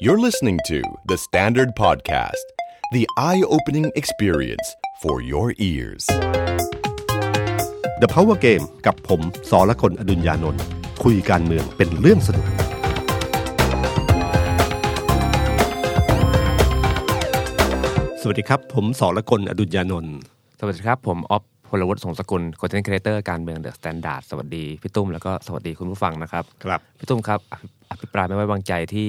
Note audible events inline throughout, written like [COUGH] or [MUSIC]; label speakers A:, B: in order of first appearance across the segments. A: You're listening to The Standard Podcast, the eye opening experience for your ears.
B: The Power Game กับผมสอละคนอดุญญานนท์คุยการเมืองเป็นเรื่องสนุก สวัสดีครับ ผมสอละคนอดุญญานนท์
C: สวัสดีครับ ผมออฟพลวัตสงสกุล content creator การเมืองเดอะสแตนดาร์ดสวัสดีพี่ตุ้มแล้วก็สวัสดีคุณผู้ฟังนะครับ
B: ครับ
C: พี่ตุ้มครับอภิอภิปรายไม่ไว้วางใจที่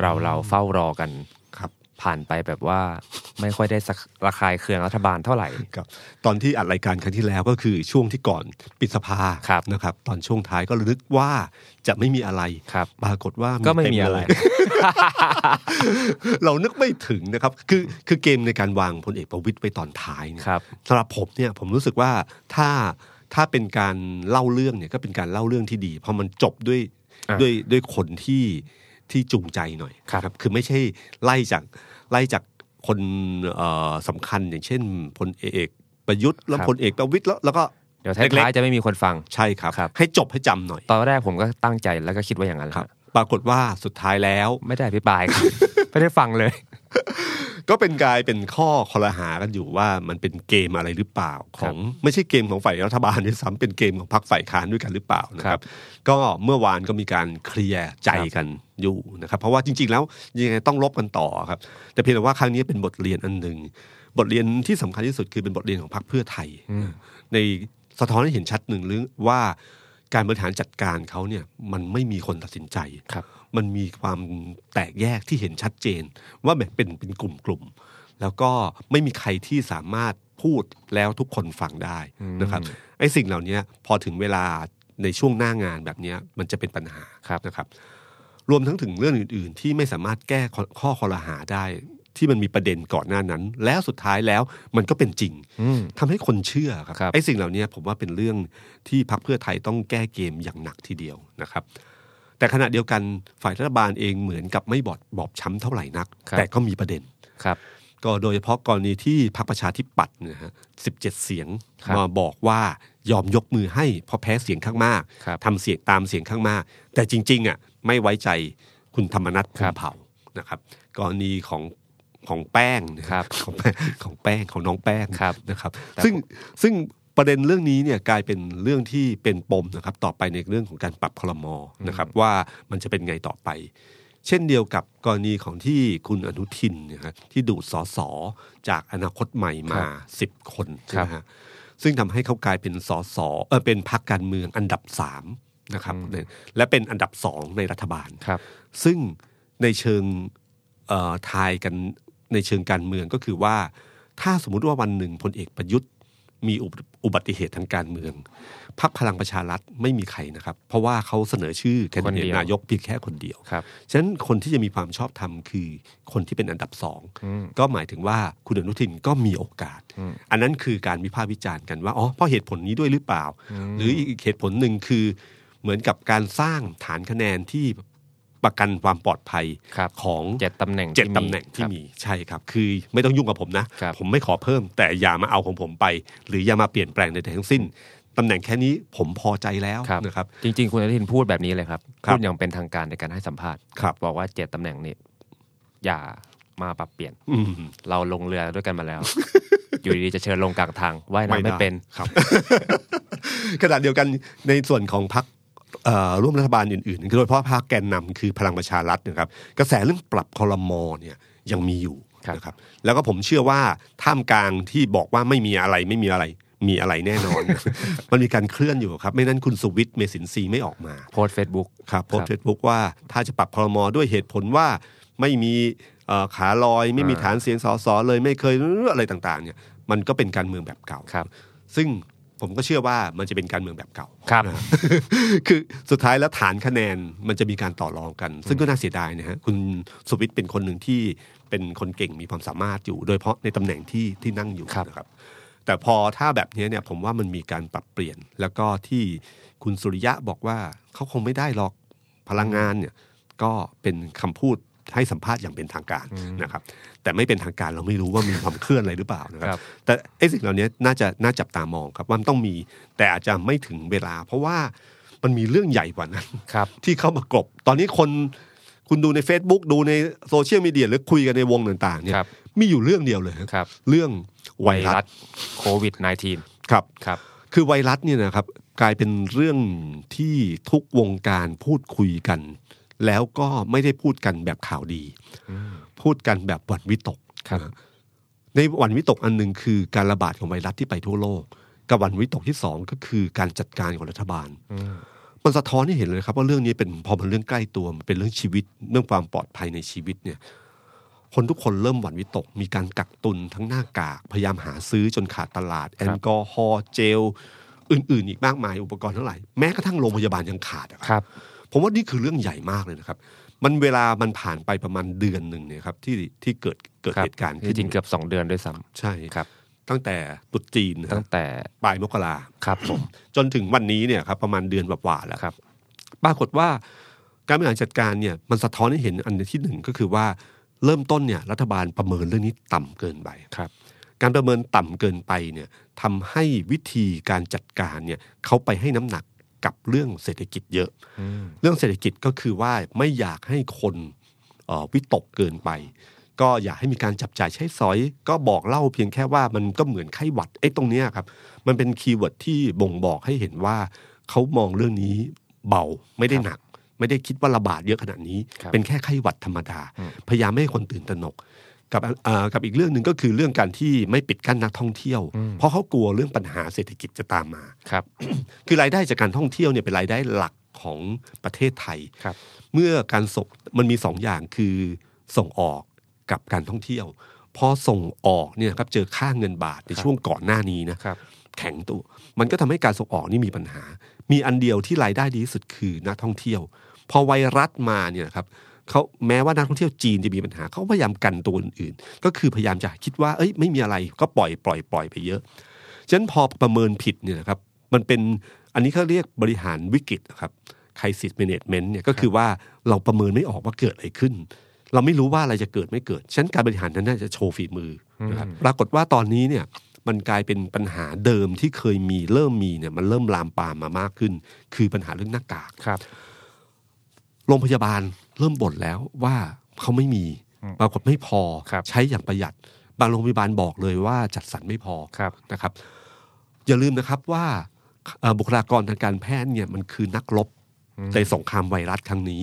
C: เราเราเฝ้ารอกัน
B: ครับ
C: ผ่านไปแบบว่าไม่ค่อยได้สักระคายเคืองรัฐบาลเท่าไหร่
B: ครับ ตอนที่อัดรายการครั้งที่แล้วก็คือช่วงที่ก่อนปิดสภา
C: ครับ
B: นะครับ ตอนช่วงท้ายก็นึกว่าจะไม่มีอะไร
C: ครับ
B: ปรากฏว่า
C: ก็ไม่มี
B: เต็
C: อะไร
B: เลย [LAUGHS] เรานึกไม่ถึงนะครับ คือคือเกมในการวางพลเอกประวิตยไปตอนท้ายเนี่ย
C: ครับ
B: สำหรับผมเนี่ยผมรู้สึกว่าถ้าถ้าเป็นการเล่าเรื่องเนี่ยก็เป็นการเล่าเรื่องที่ดี เพราะมันจบด้วย
C: อ่ะ
B: ด้วยด้วยคนที่ที่จูงใจหน่อย
C: ครับ
B: คือไม่ใช่ไล่จากไล่จากคนเอ่อสำคัญอย่างเช่นพลเอกประยุทธ์แล้วพลเอกประวิตยแล้วแล้วก็
C: เดี๋ยวท้ายๆจะไม่มีคนฟัง
B: ใช่ครับ
C: ครับ
B: ให้จบให้จำหน่อย
C: ตอนแรกผมก็ตั้งใจแล้วก็คิดว่าอย่างนั้นแหละ
B: ครับ ปรากฏว่าสุดท้ายแล้ว
C: ไม่ได้อภิปรายครับ [LAUGHS] ไม่ได้ฟังเลย
B: ก็เป็นกลายเป็นข้อคอรหากันอยู่ว่ามันเป็นเกมอะไรหรือเปล่าของไม่ใช่เกมของฝ่ายรัฐบาลด้วยซ้ำเป็นเกมของพรรคฝ่ายค้านด้วยกันหรือเปล่านะค
C: ครั
B: รับบ ก็เมื่อวานก็มีการเคลียร์ใจกันอยู่นะครับ เพราะว่าจริง ๆ แล้วยังไงต้องลบกันต่อครับ แต่เพียงแต่ว่าครั้งนี้เป็นบทเรียนอันหนึ่งบทเรียนที่สำคัญที่สุดคือเป็นบทเรียนของพรรคเพื่อไทย ในสะท้อนให้เห็นชัดหนึ่งเรื่องว่าการบริหารจัดการเขาเนี่ยมันไม่มีคนตัดสินใจ
C: ครับ
B: มันมีความแตกแยกที่เห็นชัดเจน ว่าแบบเป็นเป็นกลุ่มกลุ่มๆแล้วก็ไม่มีใครที่สามารถพูดแล้วทุกคนฟังได้นะครับไอ้สิ่งเหล่านี้พอถึงเวลาในช่วงหน้างานแบบเนี้ยมันจะเป็นปัญหา
C: ครับ
B: นะครับ รวมทั้งถึงเรื่องอื่น ๆ ที่ไม่สามารถแก้ข้อข้อคอรหาได้ ที่มันมีประเด็นก่อนหน้านั้น แล้วสุดท้ายแล้วมันก็เป็นจริง
C: อืม
B: ทำให้คนเชื่อครับ
C: ครับ
B: ไอ้สิ่งเหล่านี้ผมว่าเป็นเรื่องที่พรรคเพื่อไทยต้องแก้เกมอย่างหนักทีเดียวนะครับ แต่ขณะเดียวกันฝ่ายรัฐบาลเองเหมือนกับไม่บอดบอบช้ำเท่าไหร่นัก
C: ครับ
B: แต่ก็มีประเด็น
C: ครับ
B: ก็โดยเฉพาะกรณีที่พรรคประชาธิปัตย์เนยฮะสิบเจ็ดเสียง
C: ครับ
B: มาบอกว่ายอมยกมือให้เพราะแพ้เสียงข้างมาก
C: ครับ
B: ทำเสียงตามเสียงข้างมาก แต่จริงๆอ่ะไม่ไว้ใจคุณธรรมนัฐพรหมเผ่านะครับ กรณีของของแป้งนะครับ ของแป้งของแป้งของน้องแป้ง
C: ครับ
B: นะครับ
C: แต่
B: ซึ่งซึ่งประเด็นเรื่องนี้เนี่ยกลายเป็นเรื่องที่เป็นปมนะครับ ต่อไปในเรื่องของการปรับคลมอนะครับ ว่ามันจะเป็นไงต่อไป เช่นเดียวกับกรณีของที่คุณอนุทินเนยฮะที่ดูดสอสอจากอนาคตใหม่มา
C: ครับ
B: สิบคนใช่ไหมฮะซึ่งทำให้เขากลายเป็นสอสอเออเป็นพรรคการเมืองอันดับสามนะครับและเป็นอันดับสองในรัฐบาล
C: ครับ
B: ซึ่งในเชิงเอ่อทายกันในเชิงการเมืองก็คือว่า ถ้าสมมุติว่าวันหนึ่งพลเอกประยุทธ์ มีอุบอุบัติเหตุทางการเมืองพักพลังประชารัฐไม่มีใครนะครับ เพราะว่าเขาเสนอชื่อแคน
C: คน
B: ดิ
C: เดี
B: เดต
C: ยว
B: นายกเพียงแค่คนเดียว
C: ครับ
B: ฉะนั้นคนที่จะมีความชอบธรรมคือคนที่เป็นอันดับสอง
C: อืม
B: ก็หมายถึงว่าคุณอนุทินก็มีโอกาส
C: อืม
B: อันนั้นคือการวิพากษ์วิจารณ์กันว่าอ๋อเพราะเหตุผลนี้ด้วยหรือเปล่า หรืออีกเหตุผลหนึ่งคือเหมือนกับการสร้างฐานคะแนนที่ประกันความปลอดภัย
C: ครับ
B: ของ
C: เจ็ดตำแหน่ง
B: เจ็ด
C: ที่มี
B: ตำแหน่งที่
C: ครับ
B: มีใช่ครับ คือไม่ต้องยุ่งกับผมนะ
C: ครับ
B: ผมไม่ขอเพิ่ม แต่อย่ามาเอาของผมไป หรืออย่ามาเปลี่ยนแปลงใดๆทั้งสิ้นตำแหน่งแค่นี้ผมพอใจแล้ว
C: ครับ
B: นะครับ
C: จริง ๆ คุณอนุทินพูดแบบนี้เลยครับ
B: ครับ
C: พูดอย่างเป็นทางการในการให้สัมภาษณ์
B: ครับ
C: บอกว่าเจ็ดตำแหน่งนี้อย่ามาปรับเปลี่ยน
B: อืม
C: เราลงเรือด้วยกันมาแล้ว อยู่ดีๆจะเชิญลงกลางทางว่ายน้ำไม่เป็น
B: ครับ ขณะเดียวกันในส่วนของพรรคเอ่อร่วมรัฐบาลอื่นๆโดยเฉพาะพรรคแกนนำคือพลังประชารัฐนะครับ กระแสเรื่องปรับคอรมอเนี่ยยังมีอยู่
C: ครับ
B: นะครับ แล้วก็ผมเชื่อว่าท่ามกลางที่บอกว่าไม่มีอะไรไม่มีอะไรมีอะไรแน่นอน [LAUGHS] มันมีการเคลื่อนอยู่ครับ ไม่นั้นคุณสุวิทย์เมสินทรีย์ไม่ออกมา
C: โพสเฟซบุ๊ก
B: ครับโพสต์
C: ครับ
B: เฟซบุ๊กว่าถ้าจะปรับครมด้วยเหตุผลว่าไม่มีเอ่อขาลอย ไม่มี
C: อ่า
B: ฐานเสียงสอสอเลยไม่เคยอะไรต่างๆเนี่ยมันก็เป็นการเมืองแบบเก่า
C: ครับ
B: ซึ่งผมก็เชื่อว่ามันจะเป็นการเมืองแบบเก่า
C: ครับ
B: [LAUGHS] คือสุดท้ายแล้วฐานคะแนนมันจะมีการต่อรองกัน ซึ่งก็น่าเสียดายนะฮะคุณสุวิทย์เป็นคนหนึ่งที่เป็นคนเก่งมีความสามารถอยู่ โดยเฉพาะในตำแหน่งที่ที่นั่งอยู่
C: ครับ
B: นะครับ แต่พอถ้าแบบนี้เนี่ยผมว่ามันมีการปรับเปลี่ยน แล้วก็ที่คุณสุริยะบอกว่าเขาคงไม่ได้หรอกพลังงานเนี่ยก็เป็นคำพูดให้สัมภาษณ์อย่างเป็นทางการนะครับ แต่ไม่เป็นทางการเราไม่รู้ว่ามีความเคลื่อนอะไรหรือเปล่านะค
C: ครั
B: รับ
C: บ
B: แต่ไอ้สิ่งเหล่านี้น่าจะน่าจับตามองครับว่ามันต้องมีแต่อาจจะไม่ถึงเวลา เพราะว่ามันมีเรื่องใหญ่กว่านั้น [LAUGHS]
C: ครับ
B: ที่เข้ามากลบ ตอนนี้คน คุณดูใน Facebook ดูในโซเชียลมีเดียหรือคุยกันในวงต่างๆเนี่ย
C: ครับ
B: มีอยู่เรื่องเดียวเลยครับ
C: ครับ
B: เรื่องไว
C: ไว
B: รั
C: รั
B: ส
C: สโควิด -19
B: ครับ
C: ครับ
B: คือไวรัสเนี่ยนะครับกลายเป็นเรื่องที่ทุกวงการพูดคุยกัน แล้วก็ไม่ได้พูดกันแบบข่าวดี พูดกันแบบหวั่นวิตก
C: ครับ
B: ในหวันวิตกอันหนึ่งคือการระบาดของไวรัสที่ไปทั่วโลก กับหวันวิตกที่สองก็คือการจัดการของรัฐบาล มันสะท้อนให้เห็นเลยครับ ว่าเรื่องนี้เป็นพอมันเรื่องใกล้ตัวมันเป็นเรื่องชีวิต เรื่องความปลอดภัยในชีวิตเนี่ย คนทุกคนเริ่มหวั่นวิตก มีการกักตุนทั้งหน้ากาก พยายามหาซื้อจนขาดตลาด แอลกอฮอล์เจล อื่น ๆ อีกมากมายอุปกรณ์ทั้งหลายแม้กระทั่งโรงพยาบาลยังขาดอะครับ
C: ครับ
B: ผมว่านี่คือเรื่องใหญ่มากเลยนะครับ มันเวลามันผ่านไปประมาณเดือนหนึ่งเนี่ยครับที่ที่เกิดเกิด
C: คบ
B: เหตุการณ์
C: ที่จริงเกือบสองเดือนด้วยซ้
B: ใช่
C: ำครับ
B: ตั้งแต่ตรุษจีนนะค
C: ตั้
B: รับ
C: งแต่
B: ปลายมกรา
C: ครับผม
B: จนถึงวันนี้เนี่ยครับประมาณเดือนกว่าๆแล้ว
C: ครับ
B: ปรากฏว่าการบริหารจัดการเนี่ยมันสะท้อนให้เห็นอันที่หนึ่งก็คือว่าเริ่มต้นเนี่ยรัฐบาลประเมินเรื่องนี้ต่ำเกินไป
C: ครับ
B: การประเมินต่ำเกินไปเนี่ยทำให้วิธีการจัดการเนี่ยเขาไปให้น้ำหนักกับเรื่องเศรษฐกิจเยอะ
C: อืม
B: เรื่องเศรษฐกิจก็คือว่าไม่อยากให้คนเอ่อวิตกเกินไป ก็อยากให้มีการจับจ่ายใช้สอย ก็บอกเล่าเพียงแค่ว่ามันก็เหมือนไข้หวัดไอ้ตรงเนี้ยครับ มันเป็นคีย์เวิร์ดที่บ่งบอกให้เห็นว่าเขามองเรื่องนี้เบาไม่ได้หนัก ไม่ได้คิดว่าระบาดเยอะขนาดนี้
C: ครับ
B: เป็นแค่ไข้หวัดธรรมดา พยายามไม่ให้คนตื่นตระหนก กับเอ่อกับอีกเรื่องหนึ่งก็คือเรื่องการที่ไม่ปิดกั้นนักท่องเที่ยว เพราะเขากลัวเรื่องปัญหาเศรษฐกิจจะตามมา
C: ครับ
B: คือรายได้จากการท่องเที่ยวเนี่ยเป็นรายได้หลักของประเทศไทย
C: ครับ
B: เมื่อการส่งมันมีสองอย่างคือส่งออกกับการท่องเที่ยว พอส่งออกเนี่ยครับเจอค่าเงินบาทในช่วงก่อนหน้านี้นะครับ แข็งตัว มันก็ทำให้การส่งออกนี่มีปัญหา มีอันเดียวที่รายได้ดีที่สุดคือนักท่องเที่ยว พอไวรัสมาเนี่ยนะครับเขาแม้ว่านักท่องเที่ยวจีนจะมีปัญหาเขาพยายามกันตัวอื่นๆก็คือพยายามจะคิดว่าเอ้ยไม่มีอะไรก็ปล่อยปล่อยปล่อยไปเยอะ ฉะนั้นพอประเมินผิดเนี่ยนะครับมันเป็นอันนี้เขาเรียกบริหารวิกฤตนะครับ crisis management เนี่ยก็คือว่าเราประเมินไม่ออกว่าเกิดอะไรขึ้น เราไม่รู้ว่าอะไรจะเกิดไม่เกิด ฉะนั้นการบริหารนั้นน่าจะโชว์ฝีมือนะครับปรากฏว่าตอนนี้เนี่ยมันกลายเป็นปัญหาเดิมที่เคยมีเริ่มมีเนี่ยมันเริ่มลามปามมามากขึ้น คือปัญหาเรื่องหน้ากาก
C: ครับ
B: โรงพยาบาลเริ่มบ่นแล้วว่าเขาไม่มีปรากฏไม่พอใช้อย่างประหยัด บางโรงพยาบาลบอกเลยว่าจัดสรรไม่พอ
C: ครับ
B: นะครับอย่าลืมนะครับว่าเอ่อบุคลากรทางการแพทย์เนี่ยมันคือนักรบในสงครามไวรัสครั้งนี้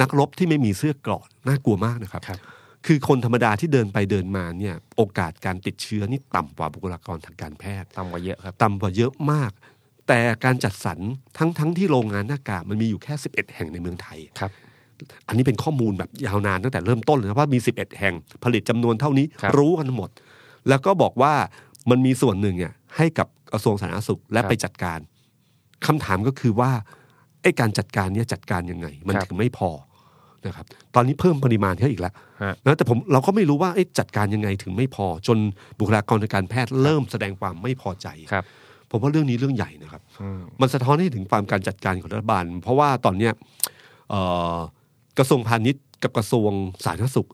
B: นักรบที่ไม่มีเสื้อเกราะน่ากลัวมากนะครับ
C: ครับ
B: คือคนธรรมดาที่เดินไปเดินมาเนี่ยโอกาสการติดเชื้อนี่ต่ำกว่าบุคลากรทางการแพทย์
C: ต่ำกว่าเยอะครับ
B: ต่ำกว่าเยอะมาก แต่การจัดสรรทั้งทั้งที่โรงงานหน้ากากมันมีอยู่แค่ 11 แห่งในเมืองไทย
C: ครับ
B: อันนี้เป็นข้อมูลแบบยาวนานตั้งแต่เริ่มต้นเลยนะว่ามี 11 แห่งผลิตจำนวนเท่านี้
C: ครับ
B: รู้กันหมด แล้วก็บอกว่ามันมีส่วนหนึ่งเนี่ยให้กับกระทรวงสาธารณสุขและ
C: ครับ
B: ไปจัดการคำถามก็คือว่าไอ้การจัดการเนี่ยจัดการยังไง มัน
C: ครับ
B: ถึงไม่พอนะครับ ตอนนี้เพิ่มปริมาณเข้าอีกแล้ว
C: ฮะ
B: นะแต่ผมเราก็ไม่รู้ว่าเอ๊ะจัดการยังไงถึงไม่พอ จนบุคลากรทางการแพทย์เริ่มแสดงความไม่พอใจ
C: ครับ
B: ผมว่าเรื่องนี้เรื่องใหญ่นะครับ
C: อืม
B: มันสะท้อนให้ถึงความการจัดการของรัฐบาล เพราะว่าตอนเนี้ยเอ่อกระทรวงพาณิชย์กับกระทรวงสาธารณสุข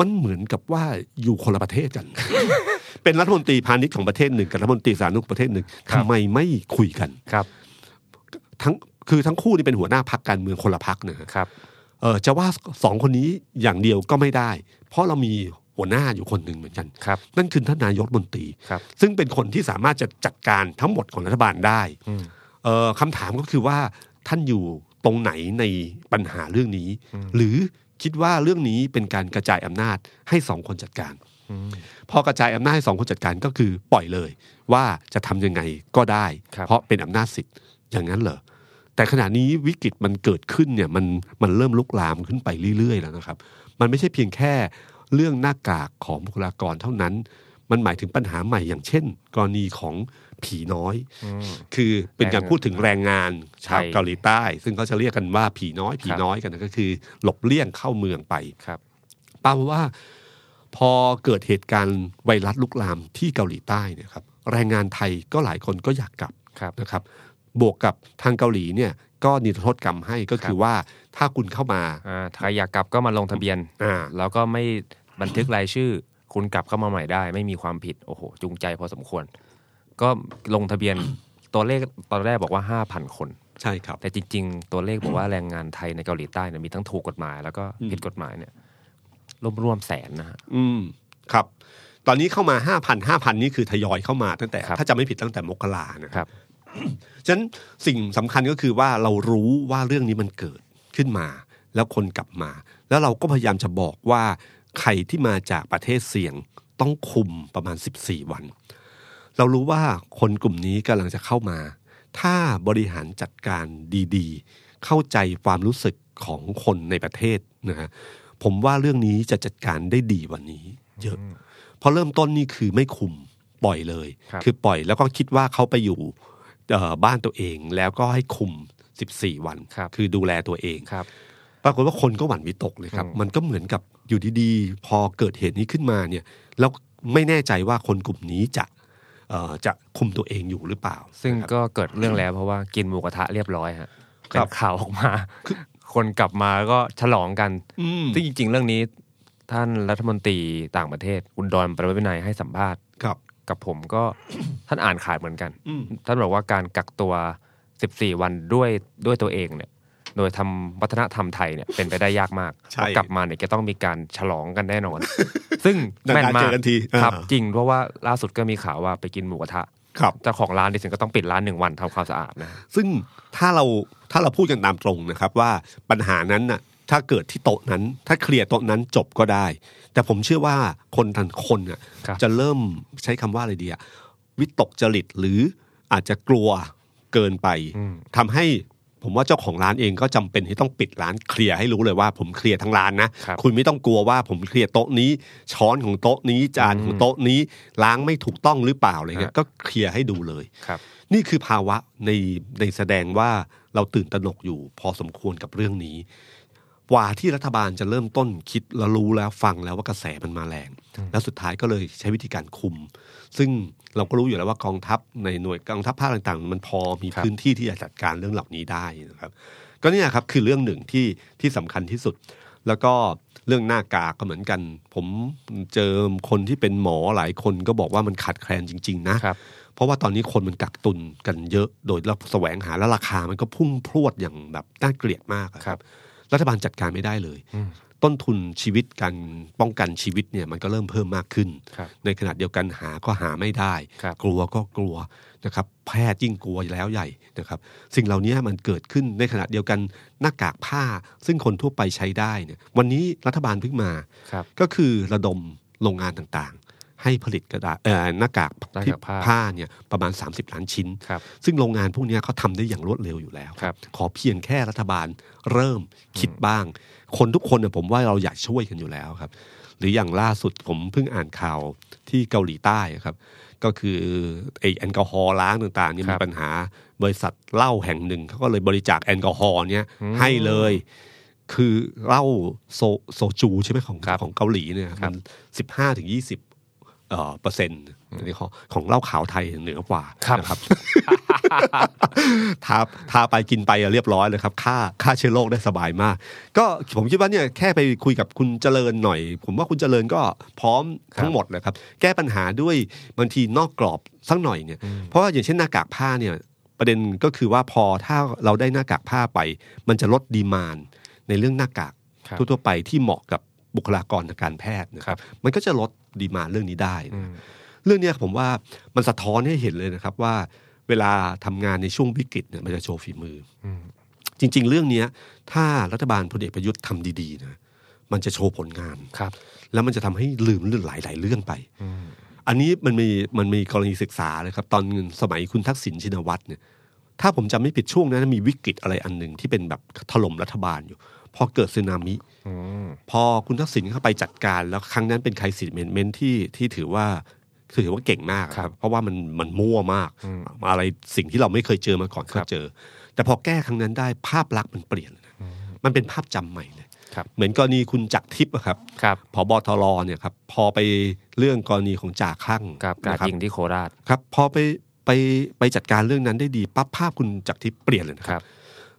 B: มันเหมือนกับว่าอยู่คนละประเทศกัน [LAUGHS] เป็นรัฐมนตรีพาณิชย์ของประเทศหนึ่งกับรัฐมนตรีสาธารณสุขประเทศหนึ่งทำไมไม่คุยกัน
C: ครับ
B: ทั้งคือทั้งคู่นี่เป็นหัวหน้าพักการเมืองคนละพักนะฮะ
C: ครับ
B: เออจะว่าสองคนนี้อย่างเดียวก็ไม่ได้ เพราะเรามีหัวหน้าอยู่คนหนึ่งเหมือนกัน
C: ครับ
B: นั่นคือท่านนายกรัฐมนตรี
C: ครับ
B: ซึ่งเป็นคนที่สามารถจะจัดการทั้งหมดของรัฐบาลได้
C: อืม
B: เอ่อคำถามก็คือว่าท่านอยู่ตรงไหนในปัญหาเรื่องนี้ หรือคิดว่าเรื่องนี้เป็นการกระจายอำนาจให้สองคนจัดการ
C: อืม
B: พอกระจายอำนาจให้สองคนจัดการก็คือปล่อยเลย ว่าจะทำยังไงก็ได้
C: ครับ
B: เพราะเป็นอำนาจสิทธิ์อย่างนั้นเหรอแต่ขณะนี้วิกฤตมันเกิดขึ้นเนี่ยมันมันเริ่มลุกลามขึ้นไปเรื่อย ๆ แล้วนะครับ มันไม่ใช่เพียงแค่เรื่องหน้ากากของบุคลากรเท่านั้น มันหมายถึงปัญหาใหม่อย่างเช่น กรณีของผีน้อย
C: อืม
B: คือเป็นการพูดถึงแรงงานชาว
C: ไทย
B: เกาหลีใต้ ซึ่งเขาจะเรียกกันว่าผีน้อยผี
C: ครับ
B: น้อยกันนะก็คือ หลบเลี่ยงเข้าเมืองไป
C: ครับ
B: ป้าว่า พอเกิดเหตุการณ์ไวรัสลุกลามที่เกาหลีใต้เนยครับแรงงานไทยก็หลายคนก็อยากกลับ
C: ครับ
B: นะครับ บวกกับทางเกาหลีเนี่ยก็นิรโทษกรรมให้ก็คือว่าถ้าคุณเข้ามา
C: อ่าถ้าใครอยากกลับก็มาลงทะเบียน
B: อ่า
C: แล้วก็ไม่บันทึกรายชื่อ คุณกลับเข้ามาใหม่ได้ ไม่มีความผิด โอ้โห จูงใจพอสมควร ก็ลงทะเบียน ตัวเลขตอนแรกบอกว่า 5,000 คน
B: ใช่ครับ
C: แต่จริง ๆ ตัวเลขบอกว่าแรงงานไทยในเกาหลีใต้เนี่ยมีทั้งถูกกฎหมาย แล้วก็ผิดกฎหมายเนี่ยร่วมๆแสนนะฮะ
B: อืมครับ ตอนนี้เข้ามา5 0 0 0 5,000 นี่คือทยอยเข้ามาตั้งแต่
C: ครับ
B: ถ้าจะไม่ผิดตั้งแต่มกรานะครับ ฉะนั้นสิ่งสำคัญก็คือว่าเรารู้ว่าเรื่องนี้มันเกิดขึ้นมา แล้วคนกลับมา แล้วเราก็พยายามจะบอกว่าใครที่มาจากประเทศเสี่ยงต้องคุมประมาณ 14 วัน เรารู้ว่าคนกลุ่มนี้กำลังจะเข้ามา ถ้าบริหารจัดการดีๆ เข้าใจความรู้สึกของคนในประเทศนะฮะผมว่าเรื่องนี้จะจัดการได้ดีกวันนี้ เยอะเพราะเริ่มต้นนี่คือไม่คุมปล่อยเลย
C: ครับ
B: อปล่อยแล้วก็คิดว่าเขาไปอยู่เอ่อบ้านตัวเองแล้วก็ให้คุม 14 วัน
C: ครับ
B: อดูแลตัวเอง
C: ครับ
B: ปรากฏว่าคนก็หวั่นวิตกเลยครับ
C: อืม
B: มันก็เหมือนกับอยู่ดีๆ พอเกิดเหตุนี้ขึ้นมาเนี่ยแล้วไม่แน่ใจว่าคนกลุ่มนี้จะเอ่อจะคุมตัวเองอยู่หรือเปล่า
C: ซึ่ง
B: นะครับ
C: ก็เกิดเรื่องแล้วเพราะว่ากินหมูกระทะเรียบร้อยฮะ
B: ครับ
C: เป็นข่าวออกมา คนกลับมาก็ฉลองกัน
B: อืม
C: ซึ่งจริง ๆ เรื่องนี้ ท่านรัฐมนตรีต่างประเทศคุณดอนประวินัยให้สัมภาษณ์
B: ครับ
C: กับผมก็ [COUGHS] ท่านอ่านขาดเหมือนกัน
B: อืม
C: ท่านบอกว่าการกักตัว 14 วันด้วยด้วยตัวเองเนี่ย โดยทำวัฒนธรรมไทยเนี่ยเป็นไปได้ยากมาก
B: ใช่
C: เพราะกลับมาเนี่ยจะต้องมีการฉลองกันแน่
B: [LAUGHS]
C: นอน ซึ่งแม่น
B: นานๆ
C: มา
B: เจ
C: ก
B: อกันทีอ่า
C: ครับ จริงเพราะว่าล่าสุดก็มีข่าวว่าไปกินหมูกระทะ
B: ครับ
C: เจ้าของร้านดิฉันก็ต้องปิดร้านหนึ่งวันทำความสะอาดนะ
B: ซึ่งถ้าเราถ้าเราพูดกันตามตรงนะครับว่าปัญหานั้นน่ะถ้าเกิดที่โต๊ะนั้น ถ้าเคลียร์โต๊ะนั้นจบก็ได้ แต่ผมเชื่อว่าคนทันคนน่ะ
C: ครับ
B: จะเริ่มใช้คำว่าอะไรดีอะวิตกจริตหรืออาจจะกลัวเกินไปทำให้ผมว่าเจ้าของร้านเองก็จำเป็นที่ต้องปิดร้านเคลียร์ให้รู้เลยว่า ผมเคลียร์ทั้งร้านนะ
C: ครับ
B: คุณไม่ต้องกลัวว่าผมเคลียร์โต๊ะนี้ ช้อนของโต๊ะนี้จานของโต๊ะนี้ล้างไม่ถูกต้องหรือเปล่าอะไรเงี้ย
C: ฮะ
B: ก็เคลียร์ให้ดูเลย
C: ครับ
B: นี่คือภาวะในในแสดงว่าเราตื่นตระหนกอยู่พอสมควรกับเรื่องนี้ กว่าที่รัฐบาลจะเริ่มต้นคิดแล้วรู้แล้วฟังแล้วว่ากระแสมันมาแรง แล้วสุดท้ายก็เลยใช้วิธีการคุม ซึ่งเราก็รู้อยู่แล้วว่ากองทัพในหน่วยกองทัพภาคต่างๆ มันพอมี
C: ครับ
B: พื้นที่ที่จะจัดการเรื่องเหล่านี้ได้นะครับ ก็เนี่ยครับคือเรื่องหนึ่งที่ที่สำคัญที่สุด แล้วก็เรื่องหน้ากากก็เหมือนกัน ผมเจอคนที่เป็นหมอหลายคนก็บอกว่ามันขาดแคลนจริง ๆ นะ
C: ครับ
B: เพราะว่าตอนนี้คนมันกักตุนกันเยอะโดยเราแสวงหาแล้วราคามันก็พุ่งพรวดอย่างแบบน่าเกลียดมากอะ
C: ครับ
B: รัฐบาลจัดการไม่ได้เลย
C: อืม
B: ต้นทุนชีวิตการป้องกันชีวิตเนี่ยมันก็เริ่มเพิ่มมากขึ้น
C: ครับ
B: ในขณะเดียวกันหาก็หาไม่ได้
C: ครับ
B: กลัวก็กลัวนะครับแพทย์ยิ่งกลัวแล้วใหญ่นะครับ สิ่งเหล่านี้มันเกิดขึ้นในขณะเดียวกันหน้ากากผ้า ซึ่งคนทั่วไปใช้ได้เนี่ยวันนี้รัฐบาลเพิ่งมา
C: ครับ
B: ก็คือระดมโรงงานต่างๆ ให้ผลิตกระดาษเอ่อหน้ากาก
C: หน้ากาก
B: ที่
C: ผ้า
B: ผ้าเนี่ยประมาณ 30 ล้านชิ้น
C: ครับ
B: ซึ่งโรงงานพวกเนี้ยเขาทำได้อย่างรวดเร็วอยู่แล้ว
C: ครับ
B: ขอเพียงแค่รัฐบาลเริ่มคิดบ้าง คนทุกคนเนี่ยผมว่าเราอยากช่วยกันอยู่แล้วครับ หรืออย่างล่าสุดผมเพิ่งอ่านข่าวที่เกาหลีใต้ครับ ก็คือไอแอลกอฮอล์ล้างต่างๆเนี่ย
C: ครั
B: มี
C: บ
B: ปัญหาบริษัทเหล้าแห่งหนึ่งเขาก็เลยบริจาคแอลกอฮอล์เนี่ยให้เลย คือเหล้าโซโซจูใช่ไหมของ
C: ครับ
B: ของเกาหลีเนี่ย
C: ครับ
B: สิบห้าถึงยี่สิบเอ่อเปอร์เซ็นต์ในของของเหล้าขาวไทยเหนือกว่านะครับ [LAUGHS] ทาทาไปกินไปอะเรียบร้อยเลยครับ ค่าค่าเชื้อโรคได้สบายมาก ก็ผมคิดว่าเนี่ยแค่ไปคุยกับคุณเจริญหน่อย ผมว่าคุณเจริญก็พร้อม
C: ครับ
B: ทั้งหมดนะครับ แก้ปัญหาด้วยบางทีนอกกรอบสักหน่อยเนี่ย เพราะว่าอย่างเช่นหน้ากากผ้าเนี่ยประเด็นก็คือว่าพอถ้าเราได้หน้ากากผ้าไป มันจะลดดีมานในเรื่องหน้ากาก
C: ครับ
B: ทั่วๆไปที่เหมาะกับบุคลากรทางการแพทย์นะค
C: ครั
B: รับ
C: บ
B: มันก็จะลดดีมานเรื่องนี้ได้
C: อื
B: นะ
C: ม
B: เรื่องเนี้ยผมว่ามันสะท้อนให้เห็นเลยนะครับว่าเวลาทำงานในช่วงวิกฤตเนี่ยมันจะโชว์ฝีมืออ
C: ม
B: จริง ๆ เรื่องเนี้ยถ้ารัฐบาลพลเอกประยุทธ์ทำดีๆนะมันจะโชว์ผลงาน
C: ครับ
B: แล้วมันจะทำให้ลืมเรื่องหลาย ๆ เรื่องไป อันนี้มันมีมันมีกรณีศึกษาเลยครับ ตอนสมัยคุณทักษิณชินวัตรเนี่ยถ้าผมจำไม่ผิดช่วงนั้นมีวิกฤตอะไรอันหนึ่งที่เป็นแบบถล่มรัฐบาลอยู่ พอเกิดสึนามิ
C: อืม
B: พอคุณทักษิณเข้าไปจัดการแล้วครั้งนั้นเป็นไครสิสเมนเมนที่ที่ถือว่าถือว่าเก่งมาก
C: ครับ
B: เพราะว่ามันมันมั่วมาก อะไรสิ่งที่เราไม่เคยเจอมาก่อน
C: ครั
B: ก็
C: บ
B: เจอ แต่พอแก้ครั้งนั้นได้ภาพลักษณ์มันเปลี่ยนเลยนะมันเป็นภาพจำใหม่เลย
C: ครับ
B: เหมือนกรณีคุณจักรทิพย์อะครับ
C: ครับ
B: ผบทรเนี่ยครับพอไปเรื่องกรณีของจ่าข้าง
C: ครับกรา
B: นะ
C: ด
B: ครั
C: ยิงที่โคราช
B: ครับพอไปไปไปจัดการเรื่องนั้นได้ดีปั๊บภาพคุณจักรทิพย์เปลี่ยนเลยนะ
C: ค
B: ครับ
C: รับ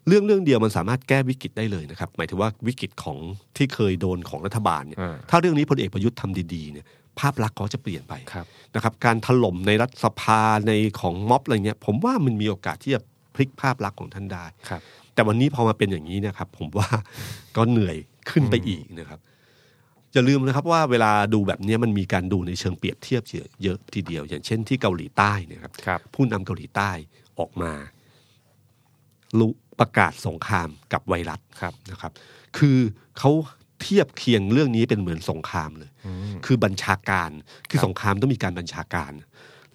B: เรื่องเรื่องเดียวมันสามารถแก้วิกฤตได้เลยนะครับ หมายถึงว่าวิกฤตของที่เคยโดนของรัฐบาลเนี่ย
C: อ่า
B: ถ้าเรื่องนี้พลเอกประยุทธ์ทำดีๆเนี่ยภาพลักษณ์เขาจะเปลี่ยนไป
C: ครับ
B: นะครับ การถล่มในรัฐสภาในของม็อบอะไรเงี้ยผมว่ามันมีโอกาสที่จะ พลิกภาพลักษณ์ของท่านได้
C: ครับ
B: แต่วันนี้พอมาเป็นอย่างนี้เนะครับ ผมว่า ก็เหนื่อยขึ้นไปอีกนะครับอย่าลืมนะครับว่าเวลาดูแบบเนี้ยมันมีการดูในเชิงเปรียบเทียบเยอะทีเดียว อย่างเช่นที่เกาหลีใต้เนะครับ
C: ครับ
B: ผู้นำเกาหลีใต้ออกมาลุประกาศสงครามกับไวรัส
C: ครับ
B: นะครับ คือเขาเทียบเคียงเรื่องนี้เป็นเหมือนสงครามเลย คือบัญชาการคือสงครามต้องมีการบัญชาการ